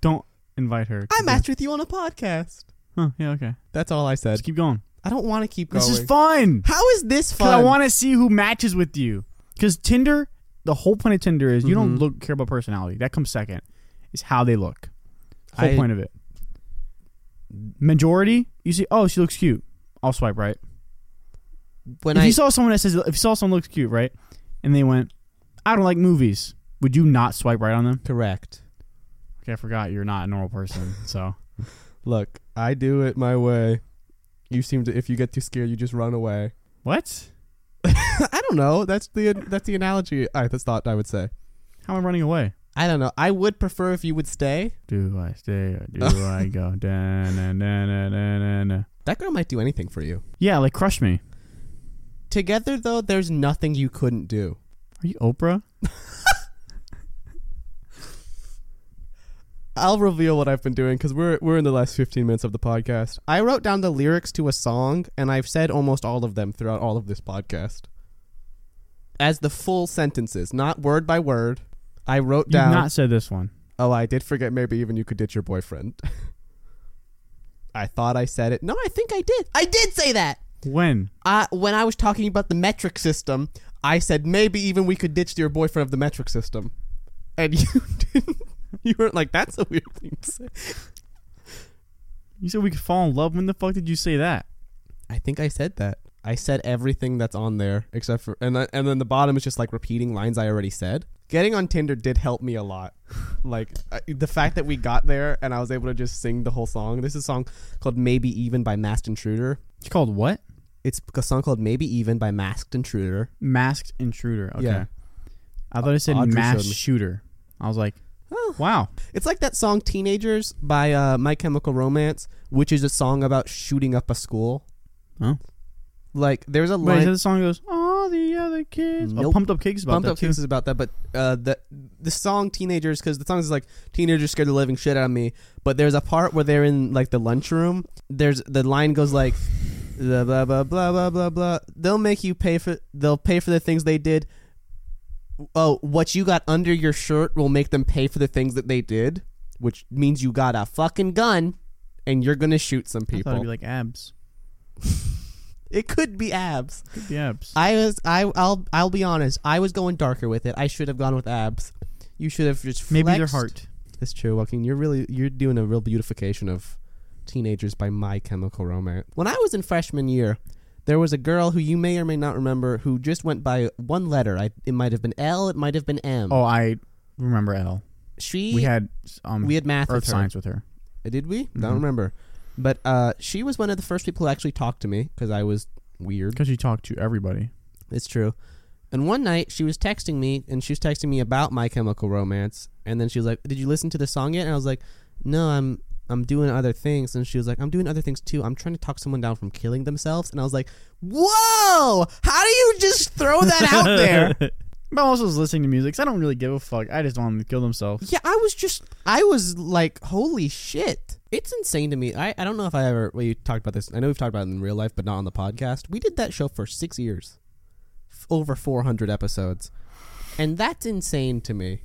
Speaker 2: Don't invite her.
Speaker 1: I
Speaker 2: to
Speaker 1: matched with you on a podcast.
Speaker 2: the- Huh, yeah, okay.
Speaker 1: That's all I said.
Speaker 2: Let's keep going.
Speaker 1: I don't want to keep going.
Speaker 2: This is fun.
Speaker 1: How is this
Speaker 2: Because
Speaker 1: fun?
Speaker 2: I want to see who matches with you. Because Tinder, the whole point of Tinder is you don't
Speaker 1: Mhm.
Speaker 2: look care about personality. That comes second. It's how they look. Whole
Speaker 1: I-
Speaker 2: point of it. Majority, you see, oh, she looks cute. I'll swipe right.
Speaker 1: when
Speaker 2: if
Speaker 1: I
Speaker 2: you saw someone that says, if you saw someone looks cute, right, and they went, I don't like movies, would you not swipe right on them?
Speaker 1: correct.
Speaker 2: Okay, I forgot you're not a normal person. So
Speaker 1: Look, I do it my way. You seem to if you get too scared, you just run away.
Speaker 2: what?
Speaker 1: I don't know. That's the that's the analogy I just thought I would say.
Speaker 2: How am I running away?
Speaker 1: I don't know. I would prefer if you would stay.
Speaker 2: Do I stay or do I go? Da, na, na, na, na, na, na.
Speaker 1: That girl might do anything for you.
Speaker 2: Yeah, like crush me.
Speaker 1: Together, though, there's nothing you couldn't do.
Speaker 2: Are you Oprah?
Speaker 1: I'll reveal what I've been doing because we're we're in the last 15 minutes of the podcast. I wrote down the lyrics to a song, and I've said almost all of them throughout all of this podcast. As the full sentences, not word by word. I wrote
Speaker 2: You've
Speaker 1: down.
Speaker 2: not said this one.
Speaker 1: oh, I did forget. Maybe even you could ditch your boyfriend. I thought I said it. No, I think I did. I did say that.
Speaker 2: When?
Speaker 1: I, when I was talking about the metric system, I said maybe even we could ditch your boyfriend of the metric system, and you didn't. You weren't like that's a weird thing to say.
Speaker 2: You said we could fall in love. When the fuck did you say that?
Speaker 1: I think I said that. I said everything that's on there except for and then, and then the bottom is just like repeating lines I already said. Getting on Tinder did help me a lot. Like I, the fact that we got there and I was able to just sing the whole song. This is a song called Maybe Even by Masked Intruder.
Speaker 2: It's called what?
Speaker 1: It's a song called Maybe Even by Masked Intruder.
Speaker 2: Masked intruder. Okay.
Speaker 1: Yeah.
Speaker 2: I thought it said
Speaker 1: Audrey
Speaker 2: mass
Speaker 1: showed me.
Speaker 2: shooter. I was like,
Speaker 1: Oh.
Speaker 2: wow.
Speaker 1: It's like that song Teenagers by uh, My Chemical Romance, which is a song about shooting up a school.
Speaker 2: Oh.
Speaker 1: Like there's a
Speaker 2: Wait, is that
Speaker 1: line
Speaker 2: the song that goes, oh, all the other kids. Oh,
Speaker 1: Nope.
Speaker 2: pumped up kicks about
Speaker 1: Bumped
Speaker 2: that
Speaker 1: Up
Speaker 2: too.
Speaker 1: Kicks is about that, but uh, the the song Teenagers because the song is like teenagers scared the living shit out of me. But there's a part where they're in like the lunchroom. There's the line goes like blah blah blah blah blah blah blah. They'll make you pay for they'll pay for the things they did. Oh, what you got under your shirt will make them pay for the things that they did, which means you got a fucking gun and you're gonna shoot some
Speaker 2: I thought it'd
Speaker 1: people.
Speaker 2: be like abs.
Speaker 1: it could be abs.
Speaker 2: Could be abs.
Speaker 1: I was I I'll I'll be honest. I was going darker with it. I should have gone with abs. You should have just
Speaker 2: Maybe their
Speaker 1: flexed.
Speaker 2: heart.
Speaker 1: That's true, Joaquin. You're really you're doing a real beautification of teenagers by My Chemical Romance. When I was in freshman year, there was a girl who you may or may not remember who just went by one letter. I it might have been L. It might have been M.
Speaker 2: Oh, I remember L.
Speaker 1: she
Speaker 2: We had um
Speaker 1: we had math
Speaker 2: earth
Speaker 1: with her.
Speaker 2: science with her.
Speaker 1: Uh, Did we? I
Speaker 2: Mhm.
Speaker 1: Don't remember. But uh, she was one of the first people who actually talked to me because I was weird.
Speaker 2: Because you talk to everybody.
Speaker 1: It's true. And one night she was texting me, and she was texting me about My Chemical Romance, and then she was like, "Did you listen to the song yet?" And I was like, "No, I'm I'm doing other things." And she was like, "I'm doing other things too. I'm trying to talk someone down from killing themselves." And I was like, "Whoa! How do you just throw that out there?"
Speaker 2: But I also was listening to music. 'cause I don't really give a fuck. I just want them to kill themselves.
Speaker 1: Yeah, I was just I was like, "Holy shit!" It's insane to me. I I don't know if I ever we talked about this. I know we've talked about it in real life, but not on the podcast. We did that show for six years, F- over four hundred episodes, and that's insane to me.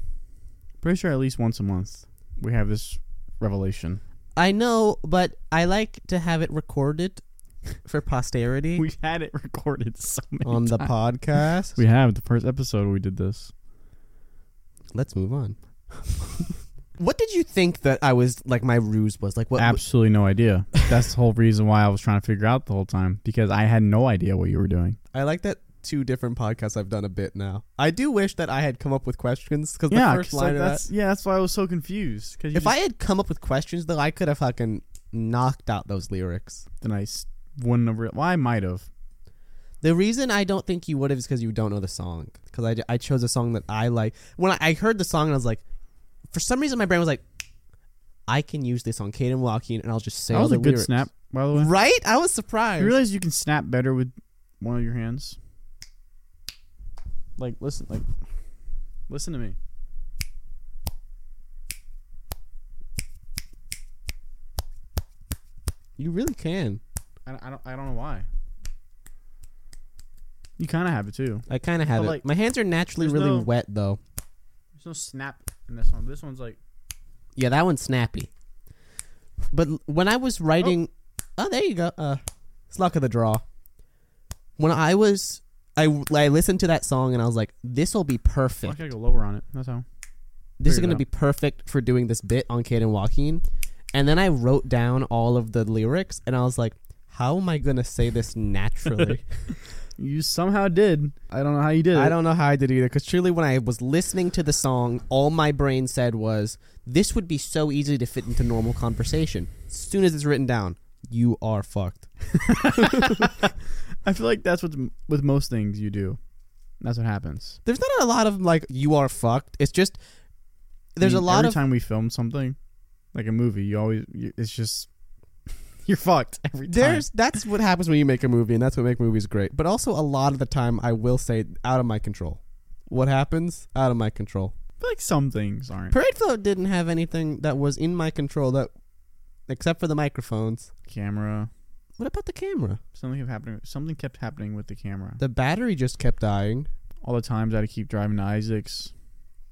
Speaker 2: Pretty sure at least once a month we have this revelation.
Speaker 1: I know, but I like to have it recorded for posterity
Speaker 2: We've had it recorded so many
Speaker 1: on the
Speaker 2: times.
Speaker 1: podcast.
Speaker 2: We have the first episode we did this.
Speaker 1: Let's move on. what did you think that I was like? My ruse was like what?
Speaker 2: Absolutely no idea. That's the whole reason why I was trying to figure out the whole time because I had no idea what you were doing.
Speaker 1: I like that. Two different podcasts I've done a bit now. I do wish that I had come up with questions because
Speaker 2: yeah,
Speaker 1: the first
Speaker 2: 'cause, like,
Speaker 1: line of that.
Speaker 2: that's yeah, that's why I was so confused. Because
Speaker 1: If I had come up with questions though, I could have fucking knocked out those lyrics.
Speaker 2: then I s- wouldn't have. Re- well, I might have.
Speaker 1: The reason I don't think you would have is because you don't know the song. Because I, I chose a song that I like. When I, I heard the song, and I was like, for some reason, my brain was like, I can use this on Caden Walking, and I'll just say
Speaker 2: That
Speaker 1: all
Speaker 2: was
Speaker 1: the
Speaker 2: a good
Speaker 1: lyrics.
Speaker 2: snap, by the way.
Speaker 1: Right? I was surprised.
Speaker 2: You realize you can snap better with one of your hands. Like listen, like listen to me.
Speaker 1: You really can.
Speaker 2: I, I don't I don't know why. You kind of have it too.
Speaker 1: I kind of have
Speaker 2: But,
Speaker 1: it.
Speaker 2: like,
Speaker 1: my hands are naturally
Speaker 2: there's
Speaker 1: really
Speaker 2: no-
Speaker 1: wet though.
Speaker 2: There's no snap in this one. This one's like
Speaker 1: Yeah, that one's snappy. But l- when I was writing, oh, there you go. Uh, it's luck of the draw. When I was, I I listened to that song and I was like, this will be
Speaker 2: I
Speaker 1: perfect.
Speaker 2: gotta go lower on it. That's how.
Speaker 1: This is
Speaker 2: figure it
Speaker 1: gonna
Speaker 2: out.
Speaker 1: be perfect for doing this bit on Caden Joaquin. And then I wrote down all of the lyrics and I was like, how am I gonna say this naturally?
Speaker 2: You somehow did. I don't know how you did it.
Speaker 1: I don't know how I did either because truly, when I was listening to the song, all my brain said was, "This would be so easy to fit into normal conversation." As soon as it's written down, you are fucked.
Speaker 2: I feel like that's what with most things you do. That's what happens.
Speaker 1: There's not a lot of like "you are fucked." It's just there's
Speaker 2: I
Speaker 1: a
Speaker 2: mean,
Speaker 1: lot
Speaker 2: every
Speaker 1: of
Speaker 2: time we film something, like a movie. You always you, it's just you're fucked every time.
Speaker 1: there's that's what happens when you make a movie, and that's what make movies great. But also, a lot of the time, I will say, out of my control. What happens out of my control.
Speaker 2: I feel like some things aren't.
Speaker 1: Parade Float didn't have anything that was in my control that, except for the microphones.
Speaker 2: camera.
Speaker 1: What about the camera?
Speaker 2: Something kept happening. Something kept happening with the camera.
Speaker 1: The battery just kept dying.
Speaker 2: All the times I had to keep driving to Isaac's.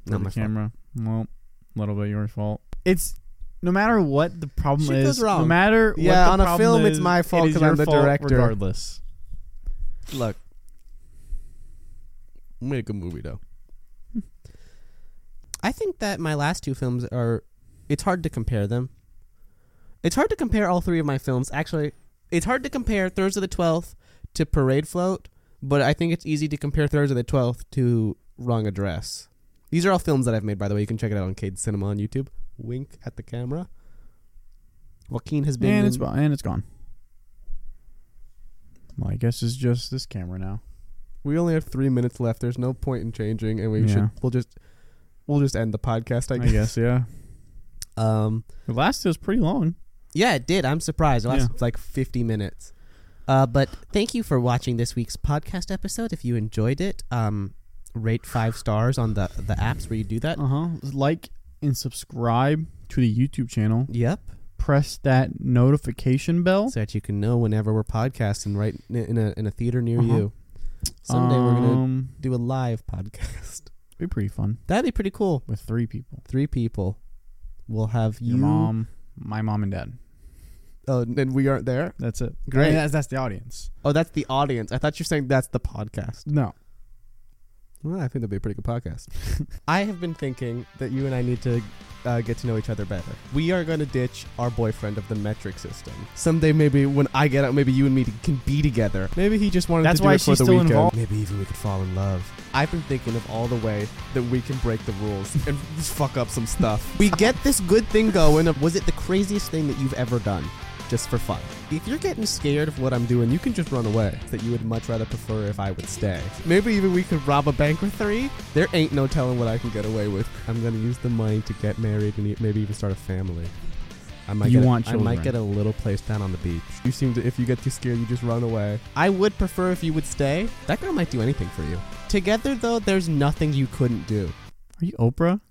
Speaker 2: with
Speaker 1: Not
Speaker 2: the
Speaker 1: my fault.
Speaker 2: camera. Well, a little bit your fault. It's no matter what the problem
Speaker 1: Shit
Speaker 2: is.
Speaker 1: goes wrong.
Speaker 2: No matter what
Speaker 1: Yeah,
Speaker 2: the
Speaker 1: on a
Speaker 2: problem
Speaker 1: film, it's
Speaker 2: is,
Speaker 1: my
Speaker 2: it
Speaker 1: fault
Speaker 2: is
Speaker 1: 'cause I'm
Speaker 2: your
Speaker 1: the
Speaker 2: fault
Speaker 1: director.
Speaker 2: Regardless,
Speaker 1: Look, make a movie though. I think that my last two films are. It's hard to compare them. It's hard to compare all three of my films. Actually, it's hard to compare Thursday the Twelfth to Parade Float, but I think it's easy to compare Thursday the Twelfth to Wrong Address. These are all films that I've made, by the way. You can check it out on Cade Cinema on YouTube. Wink at the camera. Joaquin has been.
Speaker 2: and
Speaker 1: in-
Speaker 2: it's bo- and it's gone. Well, I guess it's just this camera now.
Speaker 1: We only have three minutes left. There's no point in changing, and we
Speaker 2: Yeah.
Speaker 1: should. We'll just. We'll just end the podcast. I Um,
Speaker 2: I
Speaker 1: guess.
Speaker 2: guess, yeah.
Speaker 1: Um.
Speaker 2: It lasted us pretty long.
Speaker 1: Yeah, it did. I'm surprised. It lasted
Speaker 2: Yeah.
Speaker 1: like 50 minutes. Uh, but thank you for watching this week's podcast episode. If you enjoyed it, um, rate five stars on the the apps where you do that.
Speaker 2: Uh huh. Like and subscribe to the YouTube channel.
Speaker 1: Yep,
Speaker 2: Press that notification bell.
Speaker 1: so that you can know whenever we're podcasting right in a in a, in a theater near you. Someday we're gonna
Speaker 2: Uh-huh. Um,
Speaker 1: do a live podcast.
Speaker 2: be pretty fun
Speaker 1: That'd be pretty cool.
Speaker 2: with three people.
Speaker 1: Three people. We'll have you.
Speaker 2: Your mom, my mom and dad.
Speaker 1: Oh, and we aren't there.
Speaker 2: That's it.
Speaker 1: Great.
Speaker 2: I mean, that's, that's the audience.
Speaker 1: Oh, that's the audience. I thought you were saying that's the podcast.
Speaker 2: No.
Speaker 1: Well, I think that'd be a pretty good podcast. I have been thinking that you and I need to uh, get to know each other better. We are going to ditch our boyfriend of the metric system. Someday, maybe when I get out, maybe you and me can be together. Maybe he just wanted
Speaker 2: That's
Speaker 1: to do
Speaker 2: why
Speaker 1: it for
Speaker 2: she's
Speaker 1: the
Speaker 2: still
Speaker 1: weekend.
Speaker 2: involved.
Speaker 1: Maybe even we could fall in love. I've been thinking of all the way that we can break the rules and fuck up some stuff. We get this good thing going. Of, was it the craziest thing that you've ever done? Just for fun. If you're getting scared of what I'm doing, you can just run away. That you would much rather prefer if I would stay. Maybe even we could rob a bank or three. There ain't no telling what I can get away with. I'm gonna use the money to get married and e- maybe even start a family. I might
Speaker 2: You
Speaker 1: get
Speaker 2: want
Speaker 1: a, I might
Speaker 2: children.
Speaker 1: get a little place down on the beach. You seem to if you get too scared, you just run away. I would prefer if you would stay. That girl might do anything for you. Together though, there's nothing you couldn't do.
Speaker 2: Are you Oprah?